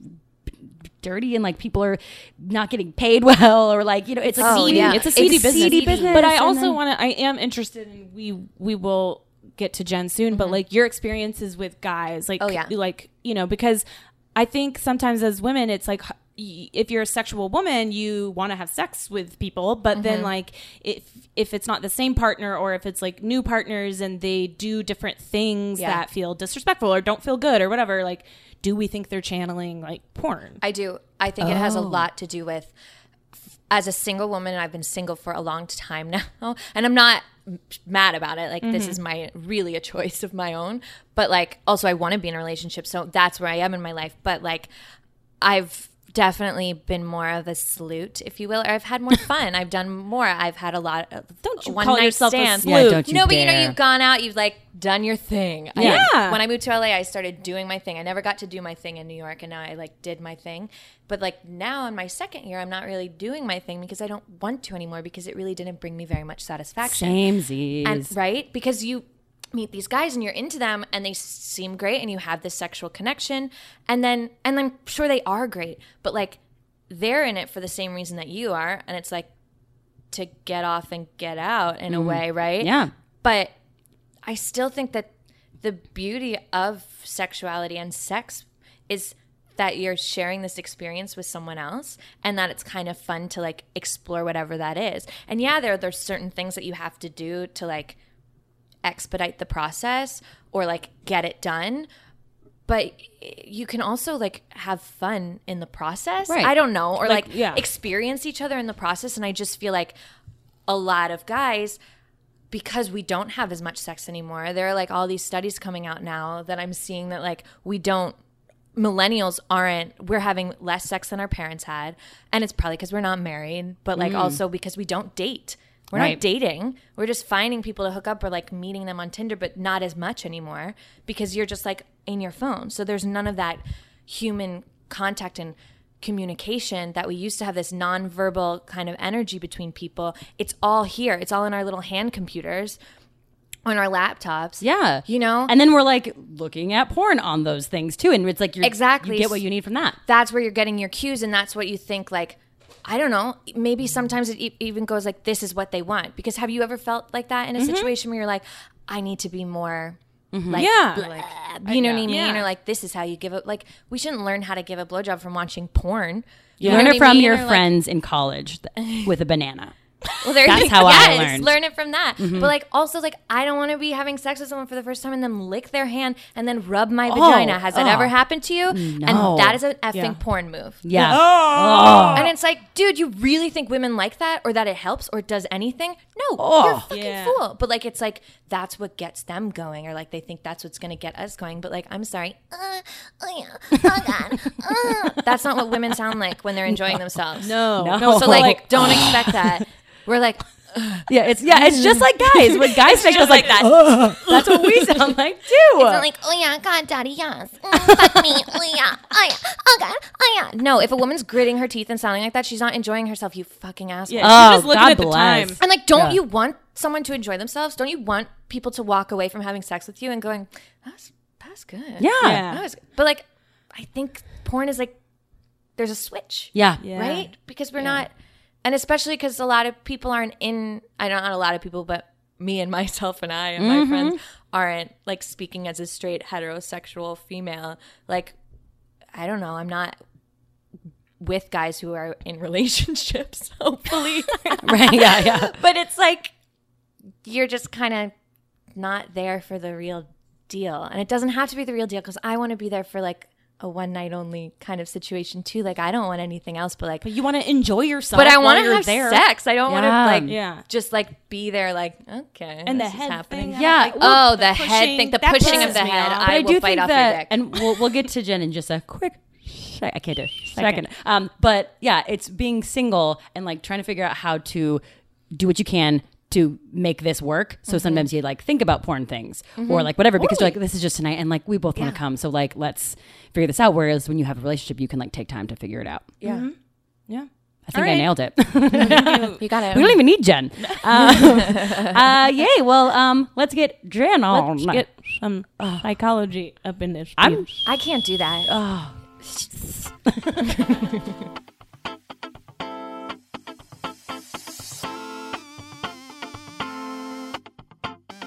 Speaker 1: dirty and like people are not getting paid well or like you know it's a
Speaker 3: Oh,
Speaker 1: seedy
Speaker 3: yeah.
Speaker 1: it's a seedy,
Speaker 3: It's
Speaker 1: business.
Speaker 3: seedy business.
Speaker 1: But
Speaker 2: But I
Speaker 1: I
Speaker 2: also want to. I am interested, in we we will get to Jen soon. But like your experiences with guys, like
Speaker 3: Mm-hmm. Oh, yeah.
Speaker 2: like you know, because I think sometimes as women, it's like h- if you're a sexual woman, you want to have sex with people, but
Speaker 3: Mm-hmm.
Speaker 2: then like if if it's not the same partner or if it's like new partners and they do different things
Speaker 3: Yeah.
Speaker 2: that feel disrespectful or don't feel good or whatever, like do we think they're channeling like porn?
Speaker 3: I do. I think it has a lot to do with as a single woman, and I've been single for a long time now, and I'm not m- mad about it. Like this
Speaker 2: Mm-hmm.
Speaker 3: is my really a choice of my own, but like also I want to be in a relationship, so that's where I am in my life. But like I've definitely been more of a salute, if you will, or I've had more fun. I've done more. I've had a lot of
Speaker 2: Don't you
Speaker 3: one
Speaker 2: call
Speaker 3: night
Speaker 2: yourself a
Speaker 3: stands.
Speaker 2: slut. Yeah,
Speaker 1: don't
Speaker 3: no, but you know,
Speaker 1: dare.
Speaker 3: you've gone out, you've like done your thing. I-
Speaker 2: Yeah.
Speaker 3: when I moved to LA, I started doing my thing. I never got to do my thing in New York, and now I like did my thing. But like now in my second year, I'm not really doing my thing because I don't want to anymore because it really didn't bring me very much satisfaction.
Speaker 1: same
Speaker 3: And right? Because you meet these guys and you're into them and they seem great and you have this sexual connection and then and I'm sure they are great, but like they're in it for the same reason that you are and it's like to get off and get out in a way, right?
Speaker 1: Yeah.
Speaker 3: But I still think that the beauty of sexuality and sex is that you're sharing this experience with someone else and that it's kind of fun to like explore whatever that is. And yeah, there there's certain things that you have to do to like expedite the process or like get it done. But you can also like have fun in the process.
Speaker 1: Right.
Speaker 3: I don't know. Or
Speaker 2: Like,
Speaker 3: like,
Speaker 2: yeah.
Speaker 3: experience each other in the process. And I just feel like a lot of guys because we don't have as much sex anymore there are like all these studies coming out now that i'm seeing that like we don't millennials aren't we're having less sex than our parents had and it's probably because we're not married but like also because we don't date we're
Speaker 1: Right.
Speaker 3: not dating we're just finding people to hook up or like meeting them on tinder but not as much anymore because you're just like in your phone so there's none of that human contact and communication that we used to have this nonverbal kind of energy between people it's all here it's all in our little hand computers on our laptops
Speaker 1: yeah.
Speaker 3: you know
Speaker 1: And then we're like looking at porn on those things too, and it's like you're,
Speaker 3: Exactly.
Speaker 1: you get what you need from that.
Speaker 3: that's where you're getting your cues and that's what you think like i don't know maybe
Speaker 1: Mm-hmm.
Speaker 3: sometimes it e- even goes like this is what they want because have you ever felt like that in
Speaker 1: Mm-hmm.
Speaker 3: a situation where you're like i need to be more like
Speaker 2: Yeah.
Speaker 3: blah, you know what i mean
Speaker 2: Yeah.
Speaker 3: or like this is how you give up like we shouldn't learn how to give a blowjob from watching porn You know
Speaker 1: Learn
Speaker 3: what
Speaker 1: it
Speaker 3: I
Speaker 1: from
Speaker 3: mean?
Speaker 1: your
Speaker 3: Or, like,
Speaker 1: friends in college th- with a banana.
Speaker 3: Well, there
Speaker 1: That's
Speaker 3: you
Speaker 1: how I
Speaker 3: yes,
Speaker 1: learned. Mm-hmm.
Speaker 3: Learn it from that. But like, also, like, I don't want to be having sex with someone for the first time and then lick their hand and then rub my vagina. Has that
Speaker 1: oh.
Speaker 3: ever happened to you?
Speaker 1: No.
Speaker 3: And that is an effing
Speaker 2: Yeah.
Speaker 3: porn move.
Speaker 1: Yeah. Oh.
Speaker 3: And
Speaker 2: Uh,
Speaker 3: it's like, dude, you really think women like that or that it helps or it does anything? No, you're a fucking
Speaker 2: Oh. Yeah.
Speaker 3: fool. But like, it's like, that's what gets them going or like they think that's what's going to get us going. But like, I'm sorry. Uh, oh, yeah. Oh, God. Uh. That's not what women sound like when they're enjoying themselves.
Speaker 2: Oh, No, uh.
Speaker 1: No.
Speaker 2: no.
Speaker 3: So like, don't expect that. We're like,
Speaker 1: Yeah, it's yeah, it's just like guys. When guys make those like,
Speaker 3: like that.
Speaker 1: "Ugh," that's what we sound like too.
Speaker 3: It's not like, oh yeah, God, daddy, yes. Mm, fuck me. Oh yeah. Oh yeah. Oh God. Oh yeah. No, if a woman's gritting her teeth and sounding like that, she's not enjoying herself, you fucking asshole.
Speaker 2: Yeah,
Speaker 1: Oh,
Speaker 2: she's just looking
Speaker 1: God
Speaker 2: at the
Speaker 1: bless.
Speaker 2: time.
Speaker 3: And like, don't
Speaker 1: Yeah.
Speaker 3: you want someone to enjoy themselves? Don't you want people to walk away from having sex with you and going, that's, that's good.
Speaker 1: yeah.
Speaker 2: Yeah.
Speaker 3: That was, but like, I think porn is like, there's a switch
Speaker 1: Yeah.
Speaker 2: Yeah.
Speaker 3: right? Because we're not, and especially because a lot of people aren't in. I don't not a lot of people, but me and myself and I and my friends aren't like speaking as a straight heterosexual female. Like, I don't know. I'm not with guys who are in relationships. Hopefully,
Speaker 1: Right. Yeah. Yeah.
Speaker 3: but it's like you're just kind of not there for the real deal and it doesn't have to be the real deal because i want to be there for like a one night only kind of situation too like i don't want anything else but like
Speaker 2: But you want to enjoy yourself.
Speaker 3: but I
Speaker 2: want
Speaker 3: want to have
Speaker 2: there.
Speaker 3: sex. I
Speaker 1: Yeah.
Speaker 3: don't want to like
Speaker 2: Yeah.
Speaker 3: just like be there like okay
Speaker 2: And the
Speaker 3: this is
Speaker 2: head
Speaker 3: happening.
Speaker 2: thing,
Speaker 1: Yeah,
Speaker 2: I'm like,
Speaker 3: oh,
Speaker 2: ooh,
Speaker 3: the head
Speaker 2: pushing,
Speaker 3: thing, the
Speaker 2: that
Speaker 3: pushing of
Speaker 2: pisses
Speaker 3: the
Speaker 2: me
Speaker 3: head.
Speaker 2: off.
Speaker 3: I, will bite off your dick.
Speaker 1: and we'll we'll get to Jen in just a quick. sec- I can't do it. Second. Um, but yeah, it's being single and like trying to figure out how to do what you can to make this work. So sometimes you like think about porn things or like whatever because you're like this is just tonight and like we both want to come. So like let's figure this out. Whereas when you have a relationship, you can like take time to figure it out.
Speaker 3: yeah,
Speaker 2: Mm-hmm. Yeah.
Speaker 1: I think I
Speaker 2: right.
Speaker 1: nailed it.
Speaker 3: you got
Speaker 1: We don't
Speaker 3: it.
Speaker 1: even need Jen. Um, uh, yay. Well, um, let's get Jen on.
Speaker 2: Let's get some psychology up in this.
Speaker 1: Oh, I'm-
Speaker 2: bitch.
Speaker 3: I can't do that.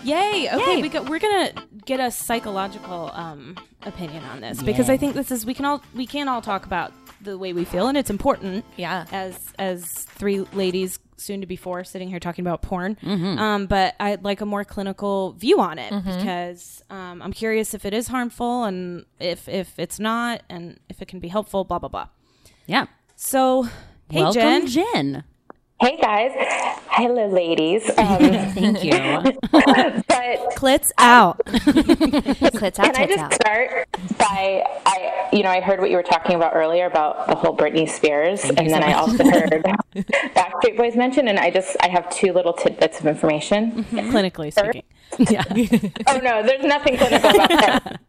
Speaker 2: Yay! Okay,
Speaker 1: Yay.
Speaker 2: we go, we're gonna get a psychological um, opinion on this because I think this is we can all we can all talk about the way we feel, and it's important.
Speaker 3: Yeah.
Speaker 2: As as three ladies, soon to be four, sitting here talking about porn. Um, but I'd like a more clinical view on it because um, I'm curious if it is harmful and if if it's not, and if it can be helpful. Blah blah blah.
Speaker 1: Yeah.
Speaker 2: So, hey
Speaker 1: Welcome,
Speaker 2: Jen.
Speaker 1: Jen.
Speaker 4: Hey guys, hello ladies. Um,
Speaker 1: Thank you.
Speaker 4: but
Speaker 2: Clits out.
Speaker 3: Clits out,
Speaker 4: can I
Speaker 3: tits
Speaker 4: just
Speaker 3: out.
Speaker 4: start by I, you know, I heard what you were talking about earlier about the whole Britney Spears, and then I also heard Backstreet Boys mentioned, and I just I have two little tidbits of information.
Speaker 3: Mm-hmm.
Speaker 2: Clinically speaking.
Speaker 4: oh no, there's nothing clinical about that.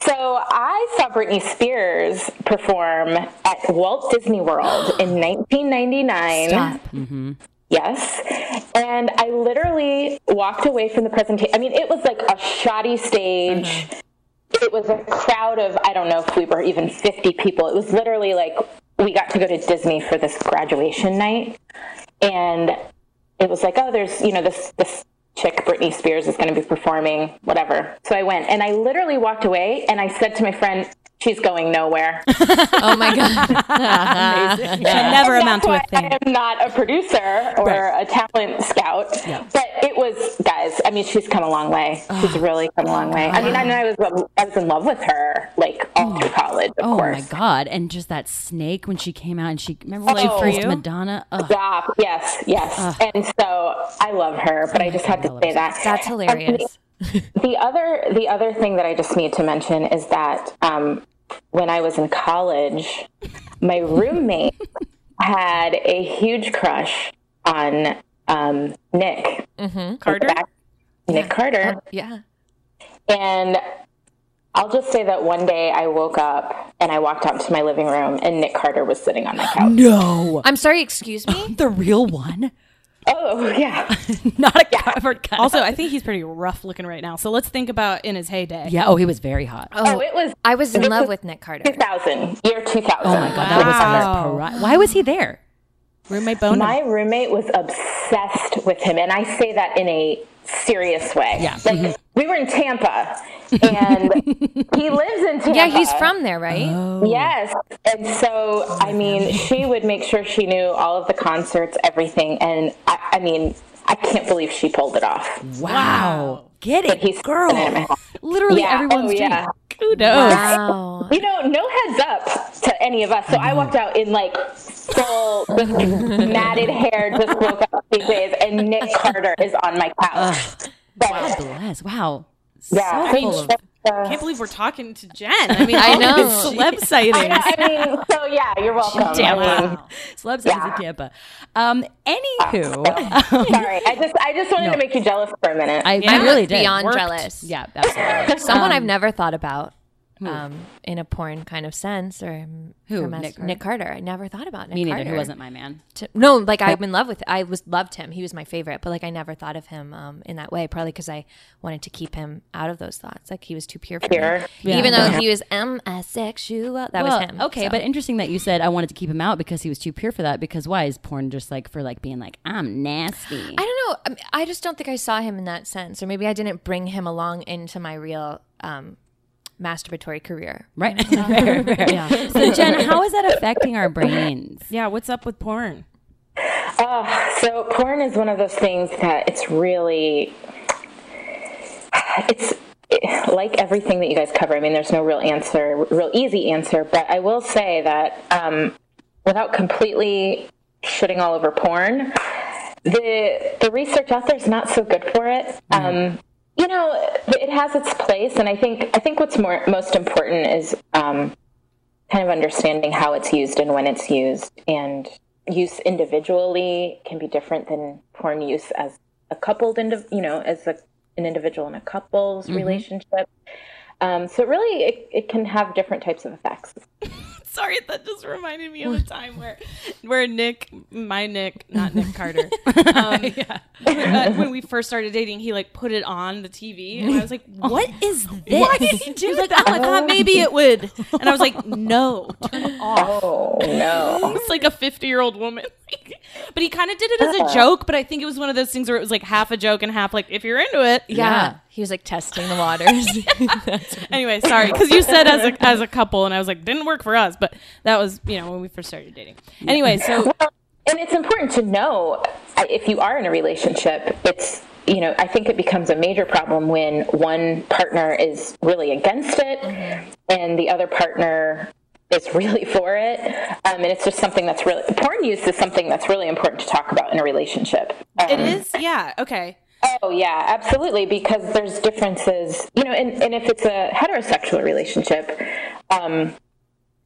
Speaker 4: So I saw Britney Spears perform at Walt Disney World in 1999.
Speaker 3: Stop.
Speaker 4: Yes. And I literally walked away from the presentation. I mean, it was like a shoddy stage. It was a crowd of, I don't know if we were even 50 people. It was literally like we got to go to Disney for this graduation night. And it was like, oh, there's, you know, this, this chick, Britney Spears, is going to be performing, whatever. So I went and I literally walked away and I said to my friend, she's going nowhere.
Speaker 3: Oh my god.
Speaker 2: Should never
Speaker 4: And
Speaker 2: amount to a
Speaker 4: that's why
Speaker 2: thing.
Speaker 4: I am not a producer or
Speaker 2: Right.
Speaker 4: a talent scout, but it was guys. I mean, she's come a long way. She's really come a long way. I mean, I know I was I was in love with her like all through college, of
Speaker 1: Oh
Speaker 4: course.
Speaker 1: my god! And just that snake when she came out and she remember when
Speaker 4: Oh.
Speaker 1: she first
Speaker 2: You?
Speaker 1: Madonna. Ugh.
Speaker 4: Stop. Yes, yes. And so I love her, but I just had to say that.
Speaker 3: That's
Speaker 4: And
Speaker 3: hilarious.
Speaker 4: the other the other thing that I just need to mention is that um, when I was in college, my roommate had a huge crush on um, Nick
Speaker 1: Mm-hmm.
Speaker 2: Carter.
Speaker 4: Nick Carter,
Speaker 3: Yeah.
Speaker 4: and I'll just say that one day I woke up and I walked out to my living room and Nick Carter was sitting on my
Speaker 1: Mm.
Speaker 4: couch.
Speaker 1: No,
Speaker 3: I'm sorry. Excuse me.
Speaker 1: the real one,
Speaker 4: Oh yeah,
Speaker 1: not a covered cut.
Speaker 2: Also, I think he's pretty rough looking right now. So let's think about in his heyday.
Speaker 1: yeah. Oh, he was very hot. Oh,
Speaker 4: oh it was
Speaker 3: I was in love with Nick Carter.
Speaker 4: 2000 year 2000.
Speaker 1: my god, that was his pari- Why was he there?
Speaker 2: Roommate bone.
Speaker 4: My roommate was obsessed with him, and I say that in a serious way. Yeah. Like, We were in Tampa, and he lives in Tampa.
Speaker 3: Yeah, he's from there, right?
Speaker 1: Oh.
Speaker 4: Yes. And so, I mean, she would make sure she knew all of the concerts, everything. And I, I mean, I can't believe she pulled it off.
Speaker 1: Wow. Get it,
Speaker 4: He's
Speaker 1: girl. Literally
Speaker 4: Yeah,
Speaker 1: everyone's
Speaker 4: oh,
Speaker 1: dream.
Speaker 4: yeah.
Speaker 1: Kudos.
Speaker 3: Wow.
Speaker 4: You know, no heads up to any of us. So I walked out in like full just matted hair, just woke up these days, and Nick Carter is on my couch. But,
Speaker 1: Bless. Wow. So
Speaker 4: yeah, I mean,
Speaker 1: full of-
Speaker 4: uh,
Speaker 2: can't believe we're talking to Jen. I mean,
Speaker 3: I
Speaker 2: all
Speaker 3: know.
Speaker 2: these celeb sightings.
Speaker 4: I mean, so yeah, you're welcome.
Speaker 1: Tampa.
Speaker 4: I mean,
Speaker 1: Celebs yeah. in Tampa. Um, anywho,
Speaker 4: Sorry, I just I just wanted
Speaker 1: No.
Speaker 4: to make you jealous for a minute.
Speaker 1: I,
Speaker 2: Yeah.
Speaker 1: I really did.
Speaker 3: Beyond
Speaker 2: Worked.
Speaker 3: jealous.
Speaker 1: Yeah, absolutely.
Speaker 3: Someone I've never thought about um, in a porn kind of sense or
Speaker 1: Who?
Speaker 3: from
Speaker 1: Nick
Speaker 3: Nick,
Speaker 1: Carter?
Speaker 3: Nick Carter. I never thought about Nick
Speaker 1: Me neither.
Speaker 3: Carter.
Speaker 1: Who wasn't my man?
Speaker 3: to- no, like I'm in love with. I was loved him. He was my favorite, but like I never thought of him um, in that way. Probably because I wanted to keep him out of those thoughts. Like he was too pure for
Speaker 4: Pure.
Speaker 3: me.
Speaker 1: Yeah.
Speaker 3: Even though he was m asexual, that
Speaker 1: well,
Speaker 3: was him.
Speaker 1: okay,
Speaker 3: so.
Speaker 1: but interesting that you said I wanted to keep him out because he was too pure for that. Because why is porn just like for like being like I'm nasty?
Speaker 3: I don't know. I, mean, I just don't think I saw him in that sense, or maybe I didn't bring him along into my real um, masturbatory career.
Speaker 1: right? Fair, fair. So Jen, how is that affecting our brains?
Speaker 2: Yeah, what's up with porn?
Speaker 4: So porn is one of those things that it's really it's it- like everything that you guys cover. I mean, there's no real answer, real easy answer, but I will say that um, without completely shitting all over porn, the the research out there is not so good for it. Um, you know, it has its place, and I think I think what's more most important is um, kind of understanding how it's used and when it's used and use individually can be different than porn use as a coupled indiv- you know as a, an individual in a couple's relationship um, so really it, it can have different types of effects
Speaker 2: Sorry, that just reminded me of a time where, where Nick, my Nick, not Nick Carter, um, uh, when we first started dating, he like put it on the TV, and I was like, "What is this? Oh. Why did he do like, that? I thought maybe it would," and I was like, "No, turn it off."
Speaker 4: oh no
Speaker 2: It's like a fifty-year-old woman. but he kind of did it as a joke. But I think it was one of those things where it was like half a joke and half like, "If you're into it,
Speaker 3: Yeah. he was like testing the waters.
Speaker 2: Anyway, sorry, because you said as a as a couple, and I was like, didn't work for us, but that was you know when we first started dating. Anyway, so
Speaker 4: and it's important to know I- if you are in a relationship it's you know i think it becomes a major problem when one partner is really against it
Speaker 2: Mm-hmm.
Speaker 4: and the other partner is really for it um, and it's just something that's really porn use is something that's really important to talk about in a relationship Um,
Speaker 2: it is yeah okay
Speaker 4: Oh yeah, absolutely. Because there's differences, you know, and, and if it's a heterosexual relationship, um,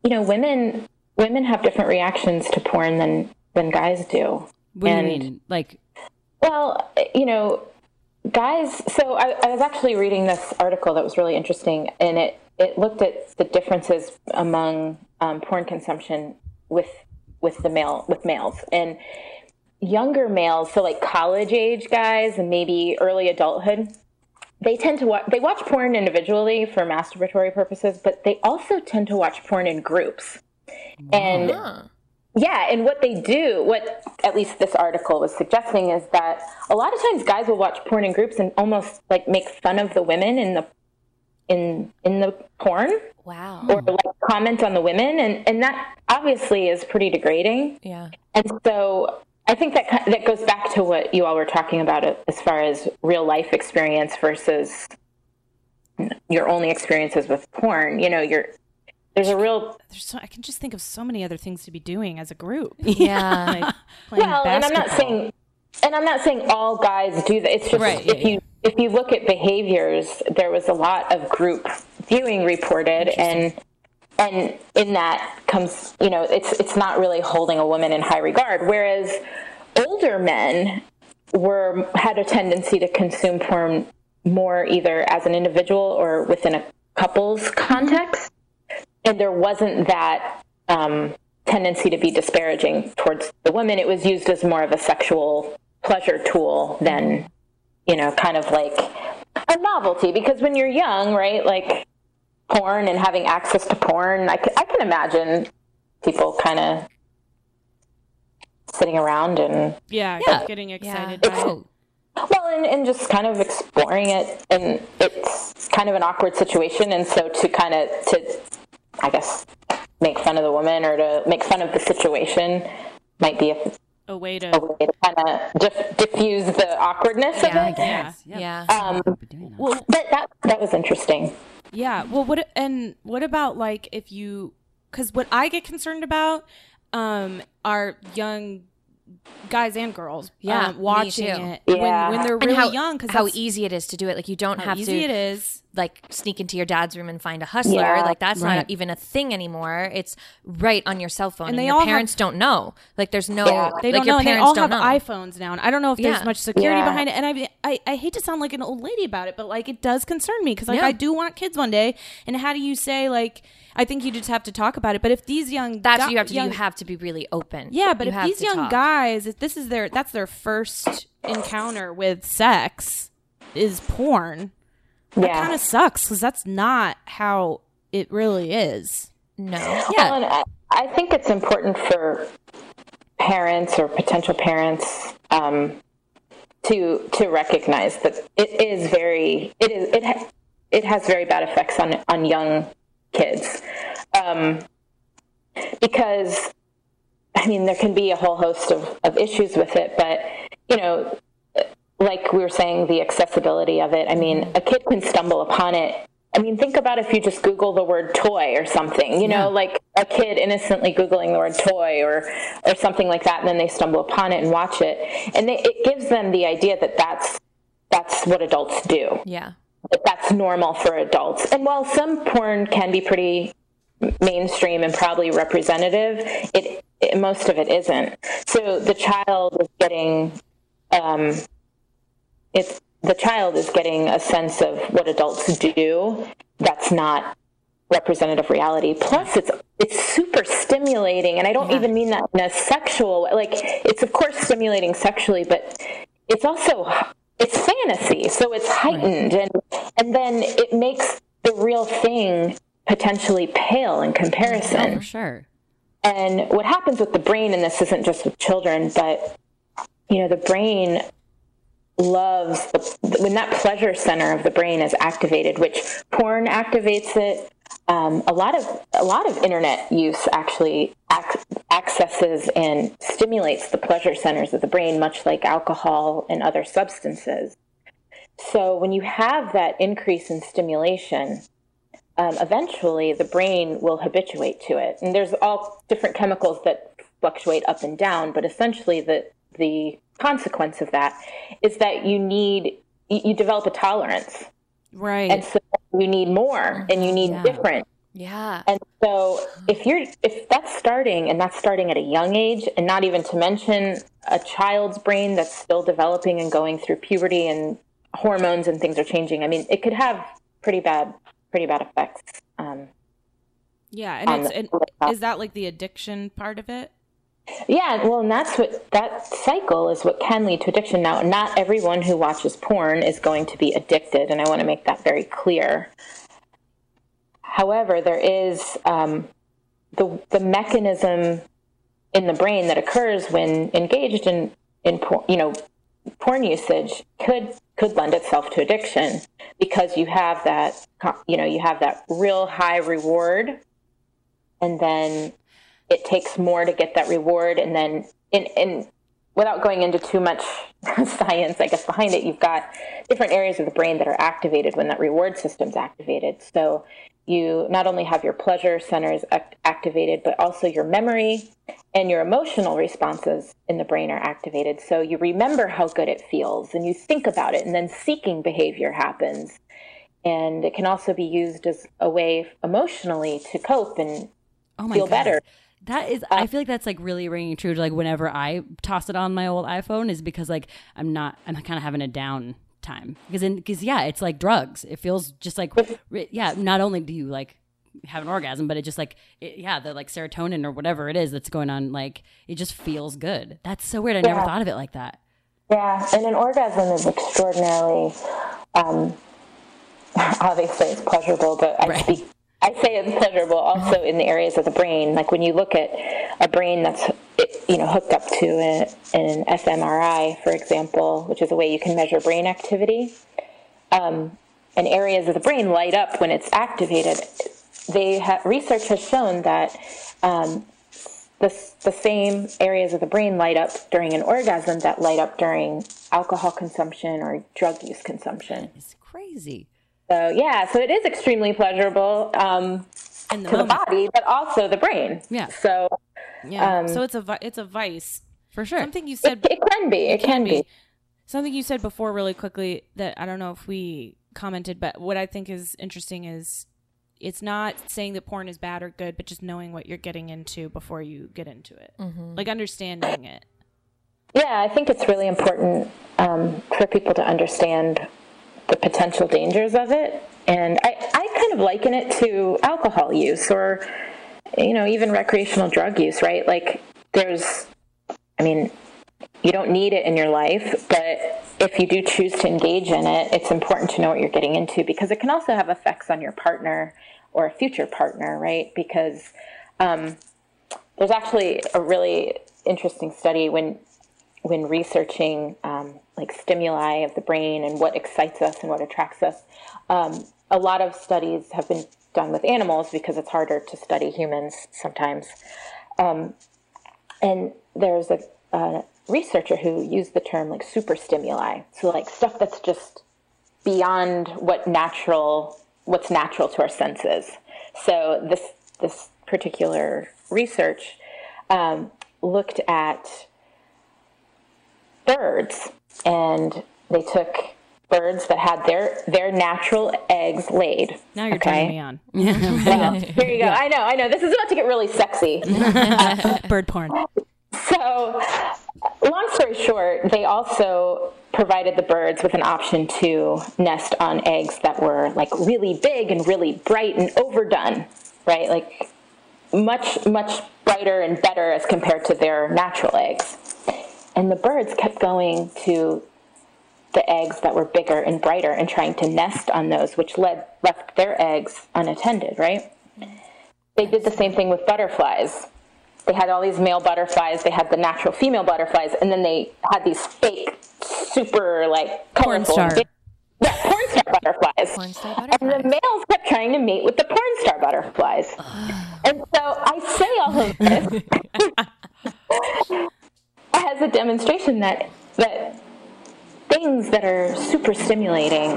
Speaker 4: you know, women women have different reactions to porn than than guys do.
Speaker 1: What
Speaker 4: And-
Speaker 1: do you mean? Like,
Speaker 4: Well, you know, guys. So I, I was actually reading this article that was really interesting, and it it looked at the differences among um, porn consumption with with the male with males and younger males, so like college age guys and maybe early adulthood. They tend to watch. They watch porn individually for masturbatory purposes, but they also tend to watch porn in groups. And
Speaker 3: Ah.
Speaker 4: yeah, and what they do, what at least this article was suggesting, is that a lot of times guys will watch porn in groups and almost like make fun of the women in the in in the porn
Speaker 3: wow.
Speaker 4: or like comment on the women, and and that obviously is pretty degrading.
Speaker 3: Yeah.
Speaker 4: And so I think that ki- that goes back to what you all were talking about uh, as far as real life experience versus your only experiences with porn. You know, you're there's a real
Speaker 2: there's so I can just think of so many other things to be doing as a group.
Speaker 3: Yeah.
Speaker 2: like playing
Speaker 4: well, and I'm not
Speaker 2: basketball.
Speaker 4: saying, and I'm not saying all guys do that. It's just
Speaker 1: Right, yeah,
Speaker 4: if you if you look at behaviors, there was a lot of group viewing reported, and and in that comes, you know, it's it's not really holding a woman in high regard. Whereas older men were had a tendency to consume porn more either as an individual or within a couple's context, and there wasn't that um, tendency to be disparaging towards the women. It was used as more of a sexual pleasure tool than, you know, kind of like a novelty. Because when you're young, right, like porn and having access to porn, I can, I can imagine people kind of sitting around and
Speaker 2: yeah,
Speaker 1: Yeah.
Speaker 2: getting
Speaker 3: Yeah.
Speaker 2: excited by it.
Speaker 1: oh,
Speaker 4: Well, and, and just kind of exploring it, and it's kind of an awkward situation, and so to kind of to, I guess, make fun of the woman or to make fun of the situation might be a,
Speaker 2: A way
Speaker 4: a
Speaker 2: to.
Speaker 4: way to kind of diff- diffuse the awkwardness
Speaker 3: Yeah, I
Speaker 4: of it.
Speaker 3: guess.
Speaker 1: Yeah.
Speaker 3: Yeah.
Speaker 4: Um,
Speaker 2: Well,
Speaker 4: but that that was interesting.
Speaker 2: Yeah. Well, what and what about like if you cuz what I get concerned about um are young guys and girls
Speaker 3: Yeah,
Speaker 2: um,
Speaker 3: me
Speaker 2: watching
Speaker 3: too.
Speaker 2: it
Speaker 4: Yeah.
Speaker 2: when when they're
Speaker 3: And
Speaker 2: really
Speaker 3: how
Speaker 2: young cuz
Speaker 3: how easy it is to do it. Like you don't have
Speaker 2: easy
Speaker 3: to
Speaker 2: it is.
Speaker 3: like sneak into your dad's room and find a hustler.
Speaker 4: Yeah.
Speaker 3: like that's
Speaker 1: Right.
Speaker 3: not even a thing anymore. It's right on your cell phone, and,
Speaker 2: they
Speaker 3: your
Speaker 2: all have-
Speaker 3: parents don't know. Like there's no,
Speaker 4: Yeah.
Speaker 2: They
Speaker 3: like
Speaker 2: don't
Speaker 3: your
Speaker 2: know and they
Speaker 3: parents
Speaker 2: all have
Speaker 3: don't know.
Speaker 2: iPhones now and I don't know if there's
Speaker 3: Yeah.
Speaker 2: much security
Speaker 4: Yeah.
Speaker 2: behind it and I, I I hate to sound like an old lady about it but like it does concern me cuz like
Speaker 3: Yeah.
Speaker 2: I do want kids one day and how do you say like I think you just have to talk about it but if these young
Speaker 3: that's
Speaker 2: gu-
Speaker 3: what you have to. do.
Speaker 2: young
Speaker 3: You have to be really open.
Speaker 2: Yeah, but
Speaker 3: You
Speaker 2: if
Speaker 3: have
Speaker 2: these
Speaker 3: to
Speaker 2: young
Speaker 3: talk.
Speaker 2: guys, if this is their that's their first encounter with sex is porn, that
Speaker 4: Yeah.
Speaker 2: kind of sucks because that's not how it really is.
Speaker 3: no,
Speaker 4: Well,
Speaker 3: yeah,
Speaker 4: and I, I think it's important for parents or potential parents um, to to recognize that it is very it is it ha- it has very bad effects on on young kids um, because I mean there can be a whole host of, of issues with it, but you know. Like we were saying, the accessibility of it. I mean, a kid can stumble upon it. I mean, think about if you just Google the word toy or something, you know, like a kid innocently Googling the word toy or, or something like that, and then they stumble upon it and watch it. And they, it gives them the idea that that's, that's what adults do
Speaker 3: yeah,
Speaker 4: that that's normal for adults. And while some porn can be pretty m- mainstream and probably representative, it, it most of it isn't. So the child is getting, um, it's the child is getting a sense of what adults do. That's not representative reality. Plus, it's it's super stimulating, and I don't even mean that in a sexual way. Like it's of course stimulating sexually, but it's also it's fantasy, so it's heightened, and and then it makes the real thing potentially pale in comparison.
Speaker 1: for sure.
Speaker 4: And what happens with the brain, and this isn't just with children, but you know, the brain loves the, when that pleasure center of the brain is activated, which porn activates it. Um, a lot of a lot of internet use actually ac- accesses and stimulates the pleasure centers of the brain, much like alcohol and other substances. So when you have that increase in stimulation, um, eventually the brain will habituate to it. And there's all different chemicals that fluctuate up and down, but essentially the the consequence of that is that you need you, you develop a tolerance,
Speaker 2: Right.
Speaker 4: and so you need more, and you need different.
Speaker 3: yeah,
Speaker 4: And so if you're if that's starting and that's starting at a young age and not even to mention a child's brain that's still developing and going through puberty and hormones and things are changing. I mean, it could have pretty bad pretty bad effects. Um,
Speaker 2: yeah, and
Speaker 4: on
Speaker 2: it's
Speaker 4: the-
Speaker 2: and is that like the addiction part of it?
Speaker 4: yeah, well, and that's what that cycle is what can lead to addiction. Now, not everyone who watches porn is going to be addicted, and I want to make that very clear. However, there is um, the the mechanism in the brain that occurs when engaged in in por- you know porn usage could could lend itself to addiction because you have that co- you know you have that real high reward and then it takes more to get that reward and then in in without going into too much science i guess behind it you've got different areas of the brain that are activated when that reward system's activated so you not only have your pleasure centers ac- activated but also your memory and your emotional responses in the brain are activated so you remember how good it feels and you think about it and then seeking behavior happens and it can also be used as a way emotionally to cope and
Speaker 1: Oh my
Speaker 4: Feel
Speaker 1: God.
Speaker 4: better. Uh,
Speaker 1: That is, I feel like that's like really ringing true. to, Like whenever I toss it on my old iPhone, is because like I'm not, I'm kind of having a down time because in because yeah, it's like drugs. It feels just like ri- yeah. Not only do you like have an orgasm, but it just like it, yeah, the like serotonin or whatever it is that's going on, like it just feels good. That's so weird. I never
Speaker 4: Yeah.
Speaker 1: thought of it like that.
Speaker 4: Yeah, and an orgasm is extraordinarily, um, obviously it's pleasurable, but I speak, I say it's pleasurable also in the areas of the brain. Like when you look at a brain that's it, you know, hooked up to a, an fMRI, for example, which is a way you can measure brain activity, um, and areas of the brain light up when it's activated. They ha- research has shown that um, the, the same areas of the brain light up during an orgasm that light up during alcohol consumption or drug use consumption.
Speaker 1: It's crazy.
Speaker 4: So yeah, so it is extremely pleasurable um,
Speaker 2: in the
Speaker 4: to the
Speaker 2: moment.
Speaker 4: body, but also the brain.
Speaker 1: Yeah.
Speaker 4: So
Speaker 2: Yeah.
Speaker 4: Um,
Speaker 2: so it's a vi- it's a vice.
Speaker 1: For sure.
Speaker 2: Something you
Speaker 4: it,
Speaker 2: said
Speaker 4: it can be. It, can be.
Speaker 2: Something you said before really quickly that I don't know if we commented, but what I think is interesting is it's not saying that porn is bad or good, but just knowing what you're getting into before you get into it. Like understanding it.
Speaker 4: Yeah, I think it's really important um, for people to understand the potential dangers of it, and I, I kind of liken it to alcohol use or you know even recreational drug use, right? Like there's, I mean, you don't need it in your life, but if you do choose to engage in it, it's important to know what you're getting into because it can also have effects on your partner or a future partner, right? Because um, there's actually a really interesting study when when researching um, like stimuli of the brain and what excites us and what attracts us. Um, a lot of studies have been done with animals because it's harder to study humans sometimes. Um, and there's a, a researcher who used the term like super stimuli, so like stuff that's just beyond what natural what's natural to our senses. So this this particular research um, looked at birds and they took birds that had their their natural eggs laid.
Speaker 2: Now you're turning me on.
Speaker 4: Now, here you go. I know, I know. This is about to get really sexy.
Speaker 2: Bird porn.
Speaker 4: So, long story short, they also provided the birds with an option to nest on eggs that were like really big and really bright and overdone, right? Like much, much brighter and better as compared to their natural eggs. And the birds kept going to the eggs that were bigger and brighter and trying to nest on those, which led, left their eggs unattended, right? They did the same thing with butterflies they had all these male butterflies, they had the natural female butterflies, and then they had these fake, super like
Speaker 2: Porn
Speaker 4: colorful,
Speaker 2: star.
Speaker 4: big- yeah, porn star butterflies.
Speaker 3: Porn star
Speaker 4: And the
Speaker 3: butterflies.
Speaker 4: males kept trying to mate with the porn star butterflies. and so I say all of this as a demonstration that that things that are super stimulating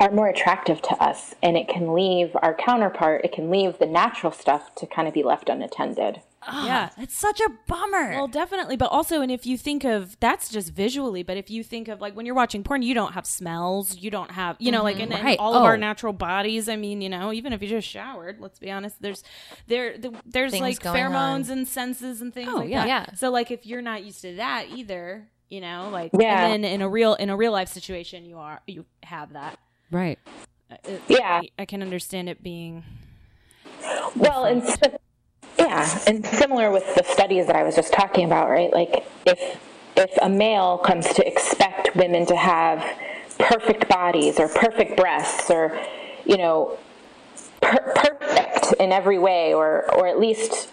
Speaker 4: are more attractive to us and it can leave our counterpart it can leave the natural stuff to kind of be left unattended
Speaker 2: yeah.
Speaker 1: It's such a
Speaker 3: Eh.
Speaker 1: bummer.
Speaker 2: Well, definitely, but also, and if you think of that's just visually, but if you think of like when you're watching porn, you don't have smells, you don't have, you know, like and, and
Speaker 1: Right.
Speaker 2: all of our
Speaker 1: Oh.
Speaker 2: natural bodies. I mean, you know, even if you just showered, let's be honest, there's there the, there's
Speaker 3: Things
Speaker 2: like
Speaker 3: going
Speaker 2: pheromones and senses and things.
Speaker 1: Oh,
Speaker 2: like
Speaker 1: yeah.
Speaker 2: that.
Speaker 3: Yeah.
Speaker 2: So like if you're not used to that either, you know, like
Speaker 4: Yeah.
Speaker 2: and then in a real in a real life situation, you are you have that.
Speaker 1: right.
Speaker 2: It-
Speaker 4: Yeah.
Speaker 2: I can understand it being
Speaker 4: Well, and si- yeah, and similar with the studies that I was just talking about, right? Like if if a male comes to expect women to have perfect bodies or perfect breasts or you know per- perfect in every way or or at least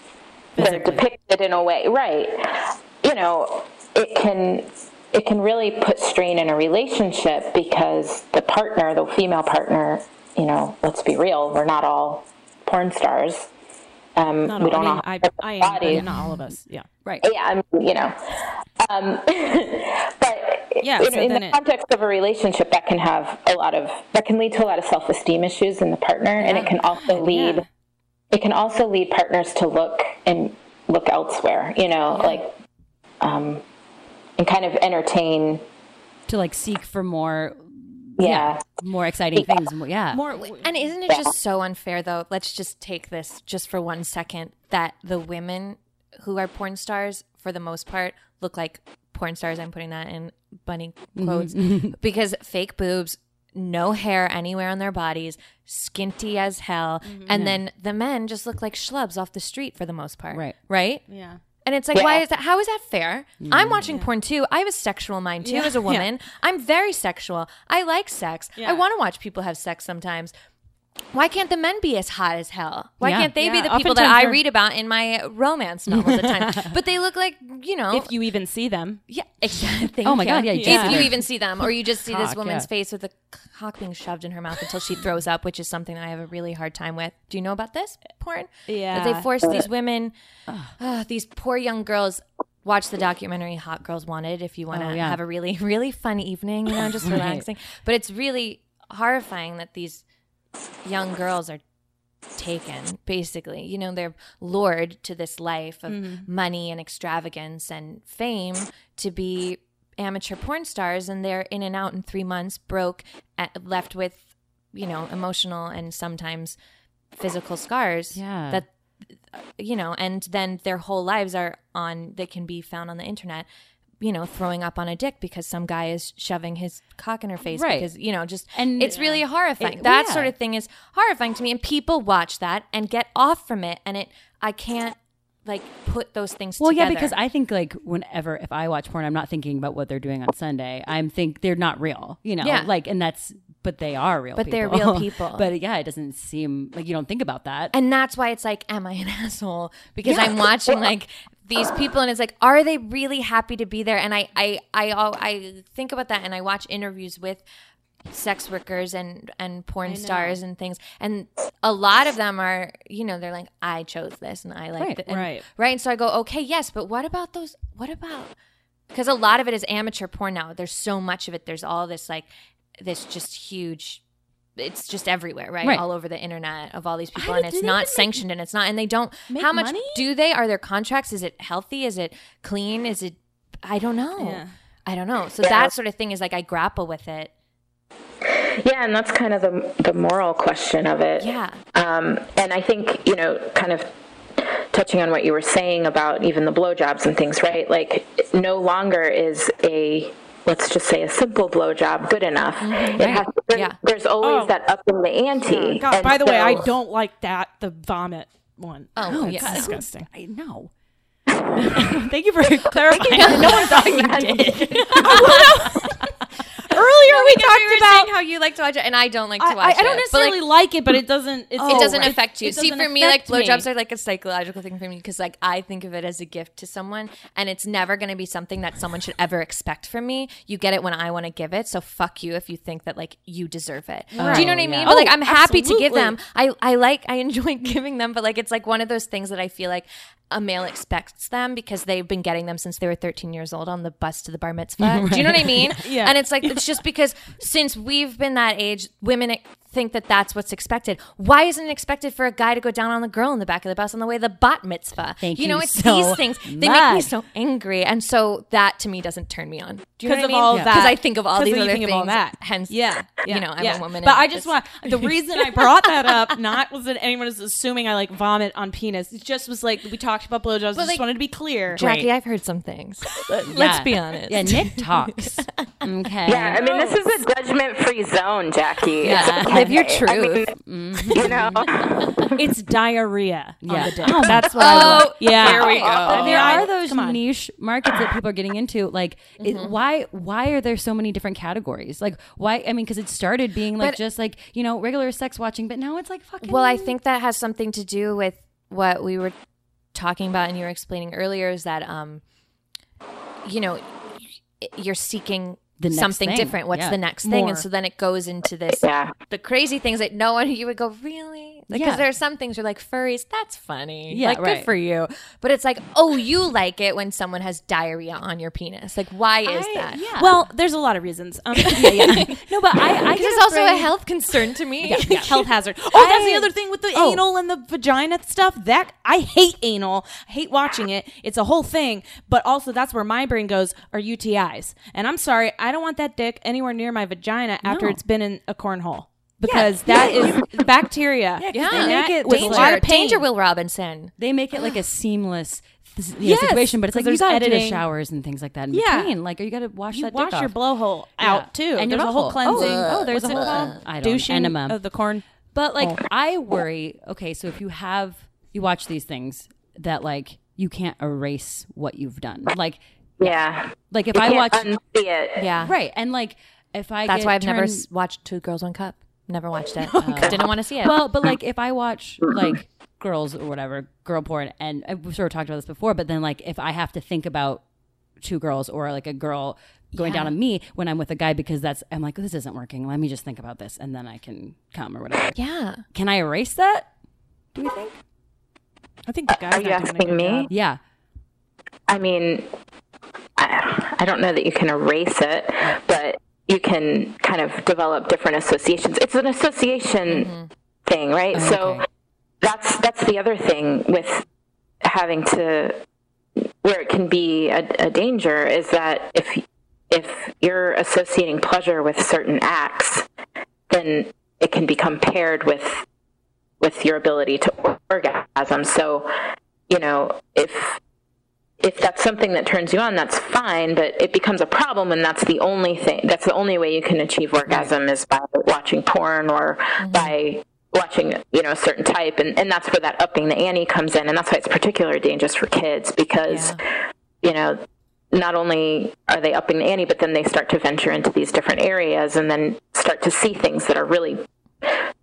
Speaker 4: they're depicted in a way, right? You know, it can it can really put strain in a relationship because the partner, the female partner, you know, let's be real, we're not all porn stars. Um,
Speaker 2: not
Speaker 4: we
Speaker 2: all, I
Speaker 4: don't
Speaker 2: mean,
Speaker 4: all
Speaker 2: I,
Speaker 4: have perfect
Speaker 2: I am, but
Speaker 4: bodies.
Speaker 2: not all of us. Yeah.
Speaker 1: Right.
Speaker 4: Yeah, I mean, you know, um, but
Speaker 2: Yeah,
Speaker 4: you
Speaker 2: so
Speaker 4: know, in
Speaker 2: then
Speaker 4: the
Speaker 2: it-
Speaker 4: context of a relationship, that can have a lot of that can lead to a lot of self-esteem issues in the partner, and it can also lead
Speaker 2: Yeah.
Speaker 4: it can also lead partners to look and look elsewhere. You know, like um, and kind of entertain.
Speaker 1: To like seek for more
Speaker 4: Yeah,
Speaker 1: more exciting things. More- Yeah.
Speaker 2: More
Speaker 3: And isn't it just so unfair though? Let's just take this just for one second that the women who are porn stars for the most part look like porn stars. I'm putting that in bunny
Speaker 1: Mm-hmm.
Speaker 3: quotes because fake boobs, no hair anywhere on their bodies, skinty as hell,
Speaker 1: Mm-hmm.
Speaker 3: and then the men just look like schlubs off the street for the most part.
Speaker 1: Right.
Speaker 3: Right?
Speaker 2: yeah.
Speaker 3: And it's like, why is that? How is that fair? I'm watching porn too. I have a sexual mind too as a woman. I'm very sexual. I like sex. I want to watch people have sex sometimes. Why can't the men be as hot as hell? Why
Speaker 1: Yeah.
Speaker 3: can't they be
Speaker 1: Yeah,
Speaker 3: the people that
Speaker 1: oftentimes
Speaker 3: I
Speaker 1: they're-
Speaker 3: read about in my romance novels at times? But they look like you know.
Speaker 2: if you even see them.
Speaker 3: yeah, exactly.
Speaker 1: Oh my God, yeah, you just
Speaker 3: If
Speaker 1: see
Speaker 3: you
Speaker 1: their
Speaker 3: even see them, or you just see this
Speaker 1: cock,
Speaker 3: woman's
Speaker 1: yeah.
Speaker 3: face with a cock being shoved in her mouth until she throws up, which is something that I have a really hard time with. Do you know about this porn?
Speaker 2: Yeah.
Speaker 3: that they force these women, ah, these poor young girls. Watch the documentary "Hot Girls Wanted" if you want to
Speaker 1: Oh, yeah.
Speaker 3: have a really, really fun evening, you know, just relaxing. But it's really horrifying that these young girls are taken basically you know they're lured to this life of
Speaker 2: mm-hmm.
Speaker 3: money and extravagance and fame to be amateur porn stars and they're in and out in three months broke at, left with you know emotional and sometimes physical scars
Speaker 1: Yeah.
Speaker 3: that you know and then their whole lives are on they can be found on the internet you know throwing up on a dick because some guy is shoving his cock in her face
Speaker 1: Right.
Speaker 3: because you know just
Speaker 1: And-
Speaker 3: and it's really horrifying
Speaker 1: It-
Speaker 3: that
Speaker 1: yeah.
Speaker 3: sort of thing is horrifying to me and people watch that and get off from it and it i can't like put those things
Speaker 1: Well,
Speaker 3: together
Speaker 1: yeah, because I think like whenever if I watch porn, I'm not thinking about what they're doing on Sunday. I'm think they're not real, you know.
Speaker 3: Yeah.
Speaker 1: Like, and that's but they are real.
Speaker 3: But they're
Speaker 1: people.
Speaker 3: real people.
Speaker 1: but yeah, it doesn't seem like you don't think about that.
Speaker 3: and that's why it's like am i an asshole because i'm watching like these people and it's like are they really happy to be there and i i i al- i think about that and i watch interviews with sex workers and and porn stars and things and a lot of them are you know they're like i chose this and i like
Speaker 1: Right,
Speaker 3: thi- and-
Speaker 2: right.
Speaker 3: right and so i go okay yes but what about those what about because a lot of it is amateur porn now there's so much of it there's all this like this just huge it's just everywhere right,
Speaker 1: Right.
Speaker 3: all over the internet of all these people
Speaker 2: I-
Speaker 3: and
Speaker 2: do
Speaker 3: it's
Speaker 2: they
Speaker 3: not
Speaker 2: even make-
Speaker 3: sanctioned and it's not and they don't
Speaker 2: make
Speaker 3: how much
Speaker 2: money?
Speaker 3: do they are their contracts is it healthy is it clean is it i don't know
Speaker 2: Yeah.
Speaker 3: i don't know so that sort of thing is like i grapple with it
Speaker 4: Yeah, and that's kind of the, the moral question of it.
Speaker 3: yeah
Speaker 4: Um, and I think, you know, kind of touching on what you were saying about even the blowjobs and things, right? Like, no longer is a, let's just say, a simple blowjob good enough. It has, there's,
Speaker 3: Yeah.
Speaker 4: there's always
Speaker 2: Mm-hmm. Oh.
Speaker 4: that up in the ante.
Speaker 2: God,
Speaker 4: And
Speaker 2: by the way, I
Speaker 4: so-
Speaker 2: don't like that the vomit one.
Speaker 3: oh
Speaker 1: Oh,
Speaker 3: yeah
Speaker 1: God.
Speaker 2: disgusting.
Speaker 1: I know. Thank you for clarifying. no one thought you did.
Speaker 2: Earlier we
Speaker 3: Because you
Speaker 2: talked
Speaker 3: were
Speaker 2: about
Speaker 3: saying how you like to watch it and i don't like to
Speaker 2: I,
Speaker 3: watch
Speaker 2: I- I don't
Speaker 3: it But, like, Oh,
Speaker 2: necessarily like, it, but it doesn't. It's,
Speaker 3: it doesn't affect you.
Speaker 2: It
Speaker 3: See,
Speaker 2: doesn't
Speaker 3: for me, like
Speaker 2: affect me.
Speaker 3: blowjobs are like a psychological thing for me because, like, I think of it as a gift to someone, and it's never going to be something that someone should ever expect from me. You get it when I want to give it, so fuck you if you think that like you deserve it. Do you know what I mean?
Speaker 1: yeah.
Speaker 3: But like, I'm happy to give
Speaker 2: absolutely.
Speaker 3: them. I I like I enjoy giving them, but like, it's like one of those things that I feel like. A male expects them because they've been getting them since they were 13 years old on the bus to the bar mitzvah. Do you know what I mean?
Speaker 2: Yeah.
Speaker 3: And it's like it's just because since we've been that age, women think that that's what's expected. Why isn't it expected for a guy to go down on the girl in the back of the bus on the way to the bat mitzvah?
Speaker 1: Thank
Speaker 3: know,
Speaker 1: you
Speaker 3: it's
Speaker 1: so
Speaker 3: these things they make me
Speaker 1: much.
Speaker 3: so angry, and so that to me doesn't turn me on. Do you know
Speaker 2: because
Speaker 3: what
Speaker 2: of
Speaker 3: I mean?
Speaker 2: all that.
Speaker 3: Because I think of all
Speaker 2: 'Cause
Speaker 3: these
Speaker 2: you
Speaker 3: other
Speaker 2: think
Speaker 3: things.
Speaker 2: Of all that.
Speaker 3: Hence,
Speaker 2: yeah, yeah,
Speaker 3: you know, I'm
Speaker 2: yeah.
Speaker 3: a woman.
Speaker 2: But
Speaker 3: and
Speaker 2: I just
Speaker 3: it's-
Speaker 2: want the reason I brought that up. Not was that anyone is assuming I like vomit on penis. It just was like we talked about blowjobs. I just
Speaker 3: like-
Speaker 2: wanted to be clear.
Speaker 3: Jackie. I've heard some things.
Speaker 1: Yeah.
Speaker 3: Let's be honest.
Speaker 1: Yeah, Nick talks. Okay.
Speaker 4: Yeah, I mean, this is a judgment free zone, Jackie.
Speaker 3: Yeah,
Speaker 4: It's
Speaker 3: live your
Speaker 4: okay.
Speaker 3: truth.
Speaker 4: I mean, you know?
Speaker 2: It's diarrhea.
Speaker 1: Yeah.
Speaker 2: Yeah,
Speaker 1: Oh,
Speaker 2: that's what. I want.
Speaker 3: oh,
Speaker 2: yeah.
Speaker 3: here we go.
Speaker 1: But there
Speaker 2: I-
Speaker 1: are those
Speaker 2: come on.
Speaker 1: niche markets that people are getting into. Like, it,
Speaker 3: Mm-hmm.
Speaker 1: why why are there so many different categories? Like, why? I mean, because it started being like
Speaker 3: But-
Speaker 1: just like you know regular sex watching, but now it's like fucking.
Speaker 3: Well, I think that has something to do with what we were talking about and you were explaining earlier is that um you know y- you're seeking
Speaker 1: The next
Speaker 3: something
Speaker 1: thing.
Speaker 3: different. What's
Speaker 1: Yeah.
Speaker 3: the next thing?
Speaker 2: More.
Speaker 3: And so then it goes into this
Speaker 4: Yeah.
Speaker 3: the crazy things that no one you would go really because
Speaker 1: Yeah.
Speaker 3: there are some things you're like furries that's funny
Speaker 1: Yeah,
Speaker 3: like
Speaker 1: right.
Speaker 3: good for you but it's like oh you like it when someone has diarrhea on your penis like why is
Speaker 1: I-
Speaker 3: that
Speaker 1: yeah.
Speaker 2: Well, there's a lot of reasons. Um,
Speaker 1: no, but I I get
Speaker 3: because it's also a
Speaker 1: afraid-
Speaker 3: health concern to me
Speaker 2: health hazard. Oh, that's the
Speaker 1: I-
Speaker 2: other thing with the
Speaker 1: Oh.
Speaker 2: anal and the vagina stuff. That I hate anal. I hate watching it. It's a whole thing. But also, that's where my brain goes are UTIs. And I'm sorry, I don't want that dick anywhere near my vagina after
Speaker 1: No.
Speaker 2: it's been in a cornhole because that is bacteria.
Speaker 3: yeah
Speaker 2: And that
Speaker 1: make it
Speaker 2: was a lot
Speaker 3: danger
Speaker 2: of pain.
Speaker 3: danger will robinson
Speaker 1: They make it like a seamless. th- you know, situation, but it's like you
Speaker 2: because
Speaker 1: got
Speaker 2: there's
Speaker 1: editing.
Speaker 2: editing.
Speaker 1: showers and things like that in
Speaker 2: Yeah.
Speaker 1: between. Like, you got to wash
Speaker 2: You
Speaker 1: that.
Speaker 2: wash
Speaker 1: dick
Speaker 2: your
Speaker 1: off.
Speaker 2: blowhole
Speaker 1: Yeah.
Speaker 2: out too.
Speaker 1: And your
Speaker 2: there's a whole
Speaker 1: butthole.
Speaker 2: cleansing.
Speaker 1: Oh, there's
Speaker 2: What's
Speaker 1: a
Speaker 2: it
Speaker 1: whole
Speaker 2: called?
Speaker 1: I don't
Speaker 2: douching
Speaker 1: enema.
Speaker 2: of uh, the corn.
Speaker 1: But like I worry, okay, so if you have you watch these things that like you can't erase what you've done. Like
Speaker 4: Yeah.
Speaker 1: like if
Speaker 4: You
Speaker 1: I
Speaker 4: can't
Speaker 1: watch
Speaker 4: unsee it.
Speaker 3: yeah
Speaker 1: right and like if I
Speaker 3: That's
Speaker 1: get
Speaker 3: why I've never
Speaker 1: turned-
Speaker 3: s- watched Two Girls One Cup. Never watched it. Uh, Didn't want to see it.
Speaker 1: Well, but like if I watch like girls or whatever, girl porn, and uh, we sort of talked about this before, but then like if I have to think about two girls or like a girl going down on me when I'm with a guy because that's I'm like "Oh, this isn't working. Let me just think about this and then I can come or whatever.
Speaker 3: yeah.
Speaker 1: Can I erase that?
Speaker 2: I think the guy's
Speaker 4: Are you
Speaker 2: not doing a
Speaker 4: asking
Speaker 2: good
Speaker 4: me?
Speaker 2: job.
Speaker 1: Yeah.
Speaker 4: I mean, I, I don't know that you can erase it, but you can kind of develop different associations. It's an association
Speaker 3: Mm-hmm.
Speaker 4: thing, right?
Speaker 1: okay.
Speaker 4: So that's that's the other thing with having to where it can be a, a danger is that if if you're associating pleasure with certain acts, then it can become paired with with your ability to or- orgasm. So, you know, if if that's something that turns you on, that's fine, but it becomes a problem when that's the only thing that's the only way you can achieve orgasm is by watching porn or
Speaker 3: Mm-hmm.
Speaker 4: by watching you know a certain type and, and that's where that upping the ante comes in and that's why it's particularly dangerous for kids because you know not only are they upping the ante but then they start to venture into these different areas and then start to see things that are really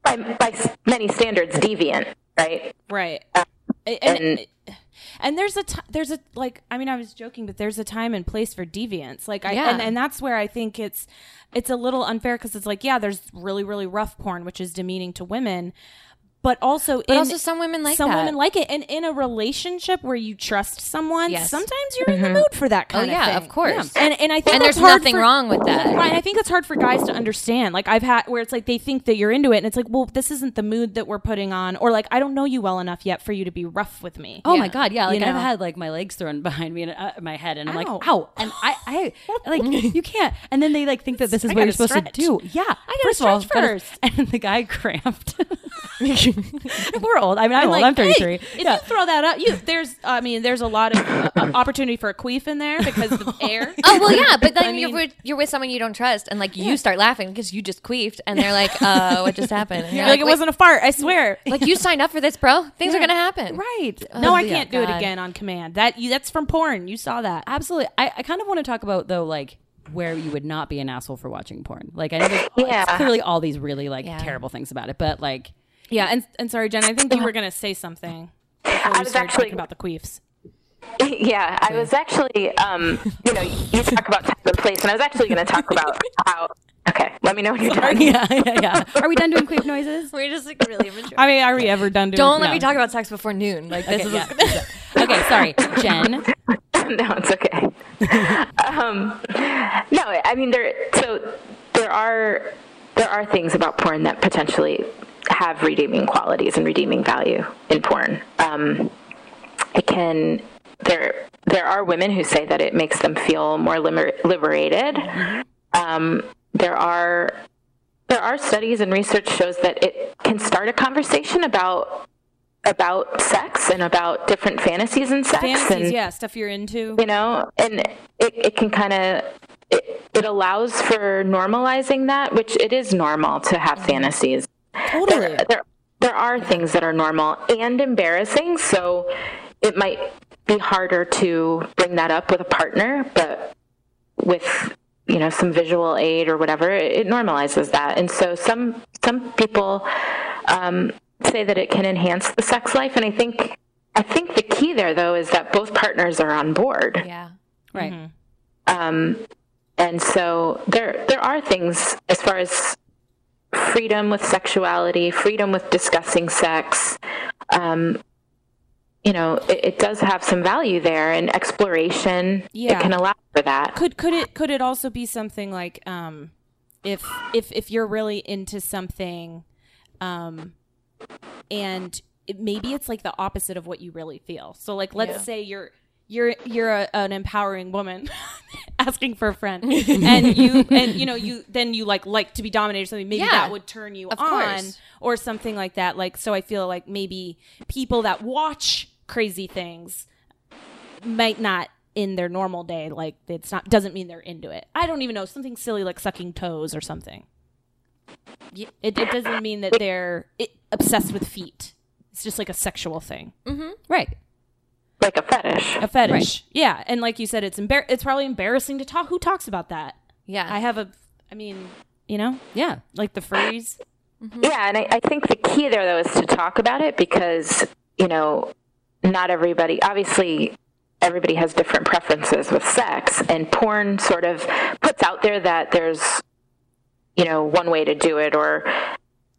Speaker 4: by, by s- many standards deviant right
Speaker 2: right and, and and there's a t- there's a like i mean i was joking but there's a time and place for deviance like i
Speaker 3: Yeah.
Speaker 2: and, and that's where i think it's it's a little unfair because it's like yeah there's really really rough porn which is demeaning to women but also in,
Speaker 3: also some women like
Speaker 2: some
Speaker 3: that.
Speaker 2: women like it and in a relationship where you trust someone
Speaker 3: Yes. Oh,
Speaker 2: sometimes you're in the mood for that kind of
Speaker 3: yeah,
Speaker 2: thing.
Speaker 3: of course.
Speaker 2: and and i think
Speaker 3: And
Speaker 2: that's
Speaker 3: there's
Speaker 2: hard
Speaker 3: nothing
Speaker 2: for-
Speaker 3: wrong with that.
Speaker 2: Right, I think it's hard for guys to understand. Like I've had where it's like they think that you're into it, and it's like, well, this isn't the mood that we're putting on, or like I don't know you well enough yet for you to be rough with me.
Speaker 1: Oh my god, yeah. Like I've
Speaker 2: know?
Speaker 1: had like my legs thrown behind me and uh, my head, and I'm
Speaker 2: Ow.
Speaker 1: like, ow, and I, I like you can't. And then they like think that this is
Speaker 2: I
Speaker 1: what you're
Speaker 2: gotta
Speaker 1: supposed to do.
Speaker 2: stretch.
Speaker 1: Yeah, I gotta
Speaker 2: stretch first.
Speaker 1: and the guy cramped. We're old. I mean, I'm, old. I'm
Speaker 2: hey,
Speaker 1: 33.
Speaker 2: if
Speaker 1: yeah.
Speaker 2: you throw that up, you there's I mean there's a lot of uh, opportunity for a queef in there because the air.
Speaker 3: Oh well, yeah, but then
Speaker 2: I
Speaker 3: you're
Speaker 2: mean-
Speaker 3: with, you're with someone you don't trust, and like you start laughing because you just queefed, and they're like, "Uh, what just happened?" And you're
Speaker 2: You're like it
Speaker 3: "Wait,
Speaker 2: wasn't a fart, I swear.
Speaker 3: like you signed up for this, bro. Things are gonna happen, Oh,
Speaker 1: Right. Uh,
Speaker 2: no, I
Speaker 3: yeah,
Speaker 2: can't do
Speaker 3: God.
Speaker 2: it again on command. That you, that's from porn. You saw that.
Speaker 1: Absolutely. I, I kind of want to talk about though, like where you would not be an asshole for watching porn. Like I know there's
Speaker 4: Yeah.
Speaker 1: it's clearly all these really like terrible things about it, but like
Speaker 2: Yeah, and and sorry, Jen, I think you were gonna say something. before we
Speaker 4: was
Speaker 2: started
Speaker 4: actually-
Speaker 2: talking about the queefs.
Speaker 4: yeah i was actually um you know you talk about time and place and i was actually going to talk about how okay let me know when you're done
Speaker 1: yeah, yeah, yeah. Are we done doing queef noises?
Speaker 3: We're just like really immature.
Speaker 2: I mean, are we ever done doing?
Speaker 3: Don't let
Speaker 2: No.
Speaker 3: me talk about sex before noon. Like this is
Speaker 1: Yeah. okay, sorry, Jen.
Speaker 4: no, it's okay. um, no, I mean there. So there are there are things about porn that potentially have redeeming qualities and redeeming value in porn. Um, it can there there are women who say that it makes them feel more liber- liberated. Um, there are there are studies and research shows that it can start a conversation about about sex and about different fantasies in sex and
Speaker 2: fantasies, yeah, stuff you're into.
Speaker 4: you know and it, it can kind of it, it allows for normalizing that which it is normal to have fantasies
Speaker 2: Totally.
Speaker 4: there there are things that are normal and embarrassing so it might be harder to bring that up with a partner but with you know some visual aid or whatever it, it normalizes that and so some some people um, say that it can enhance the sex life and i think i think the key there though is that both partners are on board
Speaker 3: yeah.
Speaker 1: Right.
Speaker 2: Mm-hmm.
Speaker 4: Um, and so there there are things as far as freedom with sexuality, freedom with discussing sex. Um, you know, it, it does have some value there, and exploration
Speaker 2: Yeah.
Speaker 4: it can allow for that.
Speaker 2: Could could it could it also be something like um, if if if you're really into something, um, and it, maybe it's like the opposite of what you really feel. So like, let's say you're you're you're a, an empowering woman asking for a friend, and you and you know you then you like like to be dominated or something. Maybe
Speaker 3: Yeah.
Speaker 2: that would turn you on
Speaker 3: course.
Speaker 2: or something like that. Like so, I feel like maybe people that watch crazy things might not in their normal day like it's not doesn't mean they're into it i don't even know something silly like sucking toes or something it, it doesn't mean that they're i obsessed with feet it's just like a sexual thing
Speaker 3: Mm-hmm.
Speaker 1: Right.
Speaker 4: Like a fetish.
Speaker 2: a fetish yeah and like you said it's embar- it's probably embarrassing to talk who talks about that
Speaker 3: Yeah.
Speaker 2: i have a i mean you know
Speaker 1: Yeah.
Speaker 2: like the phrase
Speaker 4: Yeah, and I, I think the key there though is to talk about it because you know not everybody obviously everybody has different preferences with sex and porn sort of puts out there that there's you know one way to do it or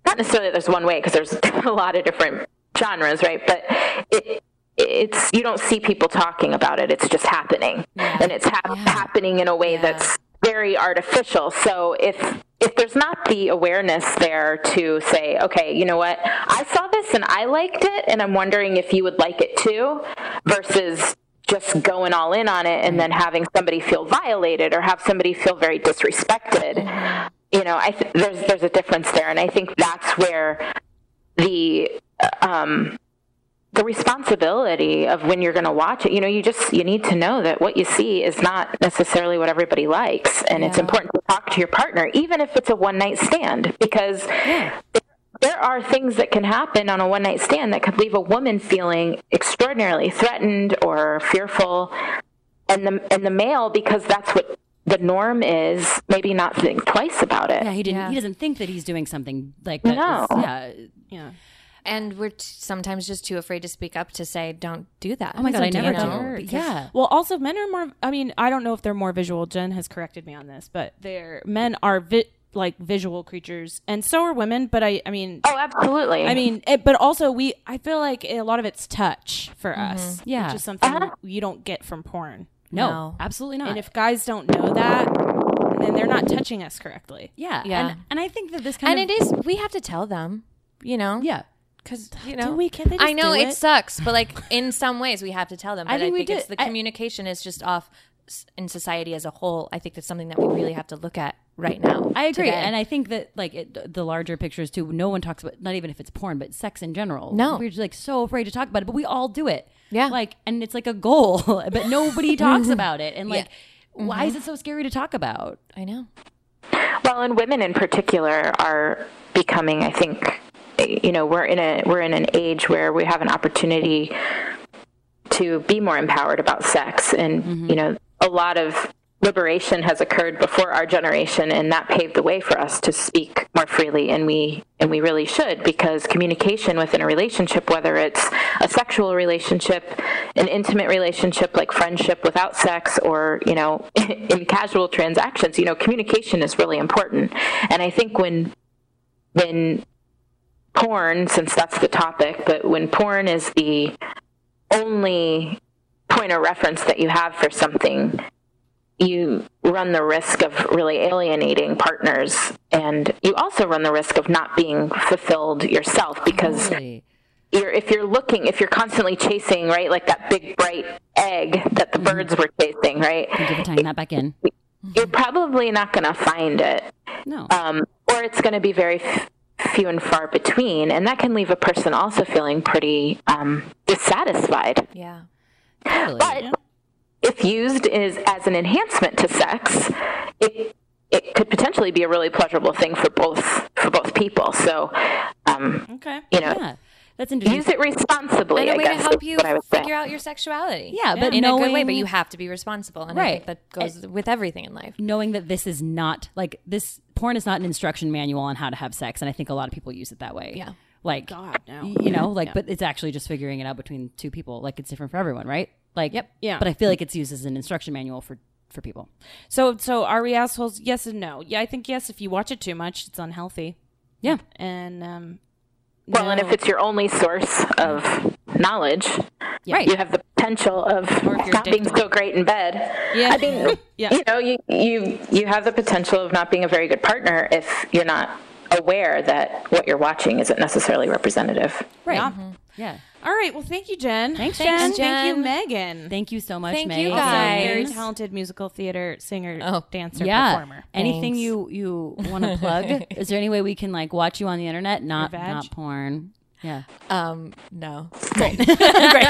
Speaker 4: not necessarily that there's one way because there's a lot of different genres right but it it's you don't see people talking about it it's just happening and it's hap- happening in a way that's very artificial so if if there's not the awareness there to say okay you know what i saw this and i liked it and i'm wondering if you would like it too versus just going all in on it and then having somebody feel violated or have somebody feel very disrespected you know i th- there's there's a difference there and i think that's where the um the responsibility of when you're going to watch it you know you just you need to know that what you see is not necessarily what everybody likes and it's important to talk to your partner even if it's a one night stand because there are things that can happen on a one night stand that could leave a woman feeling extraordinarily threatened or fearful and the and the male because that's what the norm is maybe not think twice about it
Speaker 1: Yeah, he didn't. He doesn't think that he's doing something like that. is-
Speaker 4: No.
Speaker 1: yeah.
Speaker 2: Yeah.
Speaker 3: And we're t- sometimes just too afraid to speak up to say, don't do that.
Speaker 1: Oh my god, I never
Speaker 3: know.
Speaker 1: do. But Yeah.
Speaker 2: Well, also men are more. I mean, I don't know if they're more visual. Jen has corrected me on this, but they're men are vi- like visual creatures, and so are women. But I, I mean,
Speaker 4: oh absolutely
Speaker 2: I mean, it, but also we. I feel like a lot of it's touch for us.
Speaker 1: Mm-hmm. Yeah. Uh-huh.
Speaker 2: which is something you don't get from porn.
Speaker 1: No,
Speaker 3: No.
Speaker 1: absolutely not.
Speaker 2: And if guys don't know that, then they're not touching us correctly.
Speaker 1: yeah,
Speaker 3: Yeah.
Speaker 1: And, and I think that this kind
Speaker 3: And it
Speaker 1: of
Speaker 3: is, we have to tell them, you know?
Speaker 1: yeah.
Speaker 3: Because, you know,
Speaker 2: we? Can't they just
Speaker 3: I know
Speaker 2: do
Speaker 3: it?
Speaker 2: it?
Speaker 3: sucks, but like in some ways we have to tell them. But I think,
Speaker 1: think we
Speaker 3: it's
Speaker 1: do.
Speaker 3: the
Speaker 1: I-
Speaker 3: communication is just off s- in society as a whole. I think that's something that we really have to look at right now.
Speaker 1: I agree,
Speaker 3: today.
Speaker 1: and I think that like it, the larger pictures too. No one talks about not even if it's porn, but sex in general.
Speaker 3: No.
Speaker 1: we're just like so afraid to talk about it, but we all do it.
Speaker 3: Yeah.
Speaker 1: like and it's like a goal, but nobody talks about it. And like, why is it so scary to talk about?
Speaker 3: I know.
Speaker 4: Well, and women in particular are becoming, I think, you know, we're in a we're in an age where we have an opportunity to be more empowered about sex, and you know, a lot of liberation has occurred before our generation, and that paved the way for us to speak more freely, and we and we really should because communication within a relationship, whether it's a sexual relationship, an intimate relationship like friendship without sex, or you know, in casual transactions, you know, communication is really important, and I think when when porn, since that's the topic, but when porn is the only point of reference that you have for something, you run the risk of really alienating partners. And you also run the risk of not being fulfilled yourself because
Speaker 1: Really?
Speaker 4: you're, if you're looking, if you're constantly chasing, right, like that big bright egg that the birds were chasing, right,
Speaker 1: Give it time that back in.
Speaker 4: you're probably not going to find it
Speaker 1: No,
Speaker 4: um, or it's going to be very f- few and far between, and that can leave a person also feeling pretty um, dissatisfied.
Speaker 3: Yeah.
Speaker 1: totally.
Speaker 4: But if used is as an enhancement to sex, it it could potentially be a really pleasurable thing for both for both people. So,
Speaker 1: Uh-huh.
Speaker 4: um,
Speaker 2: Okay.
Speaker 4: you know,
Speaker 1: yeah, that's
Speaker 4: use
Speaker 1: interesting.
Speaker 4: it responsibly.
Speaker 3: And a
Speaker 4: I
Speaker 3: way to
Speaker 4: guess
Speaker 3: help
Speaker 4: is
Speaker 3: you
Speaker 4: what I
Speaker 3: figure
Speaker 4: would say.
Speaker 3: out your sexuality.
Speaker 1: Yeah, but
Speaker 3: in a good way,
Speaker 1: knowing-
Speaker 3: but you have to be responsible. And I
Speaker 1: Right.
Speaker 3: think that goes with everything in life.
Speaker 1: Knowing that this is not like this porn is not an instruction manual on how to have sex, and I think a lot of people use it that way.
Speaker 3: Yeah.
Speaker 1: like
Speaker 2: God, no.
Speaker 1: you know, like, but it's actually just figuring it out between two people. Like, it's different for everyone, right? Like, yep,
Speaker 2: Yeah.
Speaker 1: But I feel like it's used as an instruction manual for for people.
Speaker 2: So, so are we assholes? Yes and no. Yeah, I think yes. If you watch it too much, it's unhealthy.
Speaker 1: Yeah,
Speaker 2: And um,
Speaker 4: Well, and
Speaker 2: no.
Speaker 4: if it's your only source of knowledge,
Speaker 1: Right.
Speaker 4: you have the potential of
Speaker 2: if you're
Speaker 4: not being
Speaker 2: addicted.
Speaker 4: so great in bed.
Speaker 2: yeah,
Speaker 4: I mean,
Speaker 2: Yeah.
Speaker 4: you know, you, you you have the potential of not being a very good partner if you're not aware that what you're watching isn't necessarily representative.
Speaker 1: right. Mm-hmm.
Speaker 2: Yeah.
Speaker 1: Yeah.
Speaker 2: All right. Well, thank you, Jen.
Speaker 1: Thanks,
Speaker 2: Jen.
Speaker 1: Jen.
Speaker 2: Thank you, Megan.
Speaker 1: Thank you so much,
Speaker 3: Thank
Speaker 1: May.
Speaker 3: you,
Speaker 1: Also,
Speaker 2: Also,
Speaker 3: guys.
Speaker 2: Very talented musical theater singer, dancer,
Speaker 1: Oh, Yeah.
Speaker 2: performer.
Speaker 1: Anything
Speaker 3: Thanks.
Speaker 1: you you want to plug? Is there any way we can like watch you on the internet? Not
Speaker 2: Your vag?
Speaker 1: not porn. Yeah.
Speaker 3: Um, no.
Speaker 2: All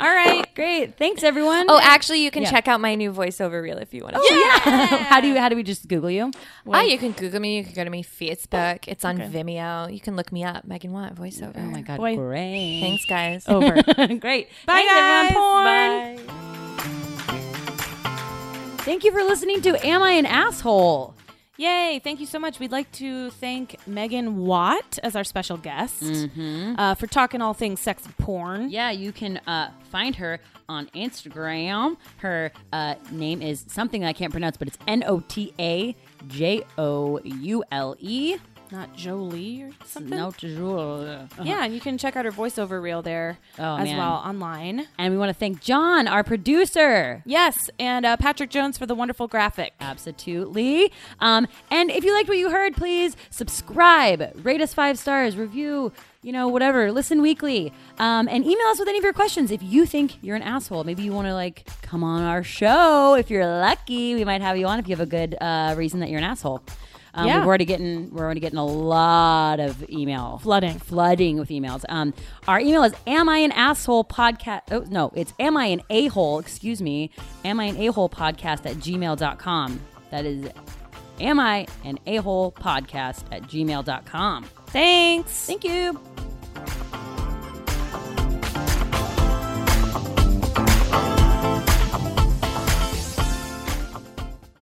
Speaker 2: right.
Speaker 1: Great. Thanks, everyone.
Speaker 3: Oh, actually, you can
Speaker 1: Yeah. Oh,
Speaker 3: check out my new voiceover reel if you want to.
Speaker 1: how do you how do we just Google you?
Speaker 3: Oh, you can Google me. You can go to me Facebook. It's on Vimeo. You can look me up, Megan Watt voiceover.
Speaker 1: Oh my god. Oh,
Speaker 2: Boy.
Speaker 1: Great.
Speaker 3: Thanks, guys.
Speaker 2: Over.
Speaker 1: Great.
Speaker 2: Bye,
Speaker 1: Thanks, everyone.
Speaker 2: guys.
Speaker 1: Porn.
Speaker 2: Bye.
Speaker 1: Thank you for listening to Am I an Asshole?
Speaker 2: Yay! Thank you so much. We'd like to thank Megan Watt as our special guest
Speaker 1: Mm-hmm.
Speaker 2: uh, for talking all things sex and porn.
Speaker 1: Yeah, you can uh, find her on Instagram. Her uh, name is something I can't pronounce, but it's N O T A J O U L E.
Speaker 2: Not Jolie or something.
Speaker 1: Note du jour.
Speaker 2: Yeah, and you can check out her voiceover reel there
Speaker 1: Oh,
Speaker 2: as
Speaker 1: man.
Speaker 2: well online.
Speaker 1: And we want to thank John, our producer.
Speaker 2: Yes, and uh, Patrick Jones for the wonderful graphic.
Speaker 1: Absolutely. Um, and if you liked what you heard, please subscribe, rate us five stars, review, you know, whatever. Listen weekly, um, and email us with any of your questions. If you think you're an asshole, maybe you want to like come on our show. If you're lucky, we might have you on if you have a good uh, reason that you're an asshole. Um,
Speaker 2: Yeah.
Speaker 1: We're already getting we're already getting a lot of email
Speaker 2: Flooding.
Speaker 1: flooding with emails. Um, our email is am I an asshole podcast? Oh, no, it's am I an a hole? Excuse me. Am I an a hole podcast at gmail.com? That is am I an a hole podcast at gmail.com.
Speaker 2: Thanks.
Speaker 1: Thank you.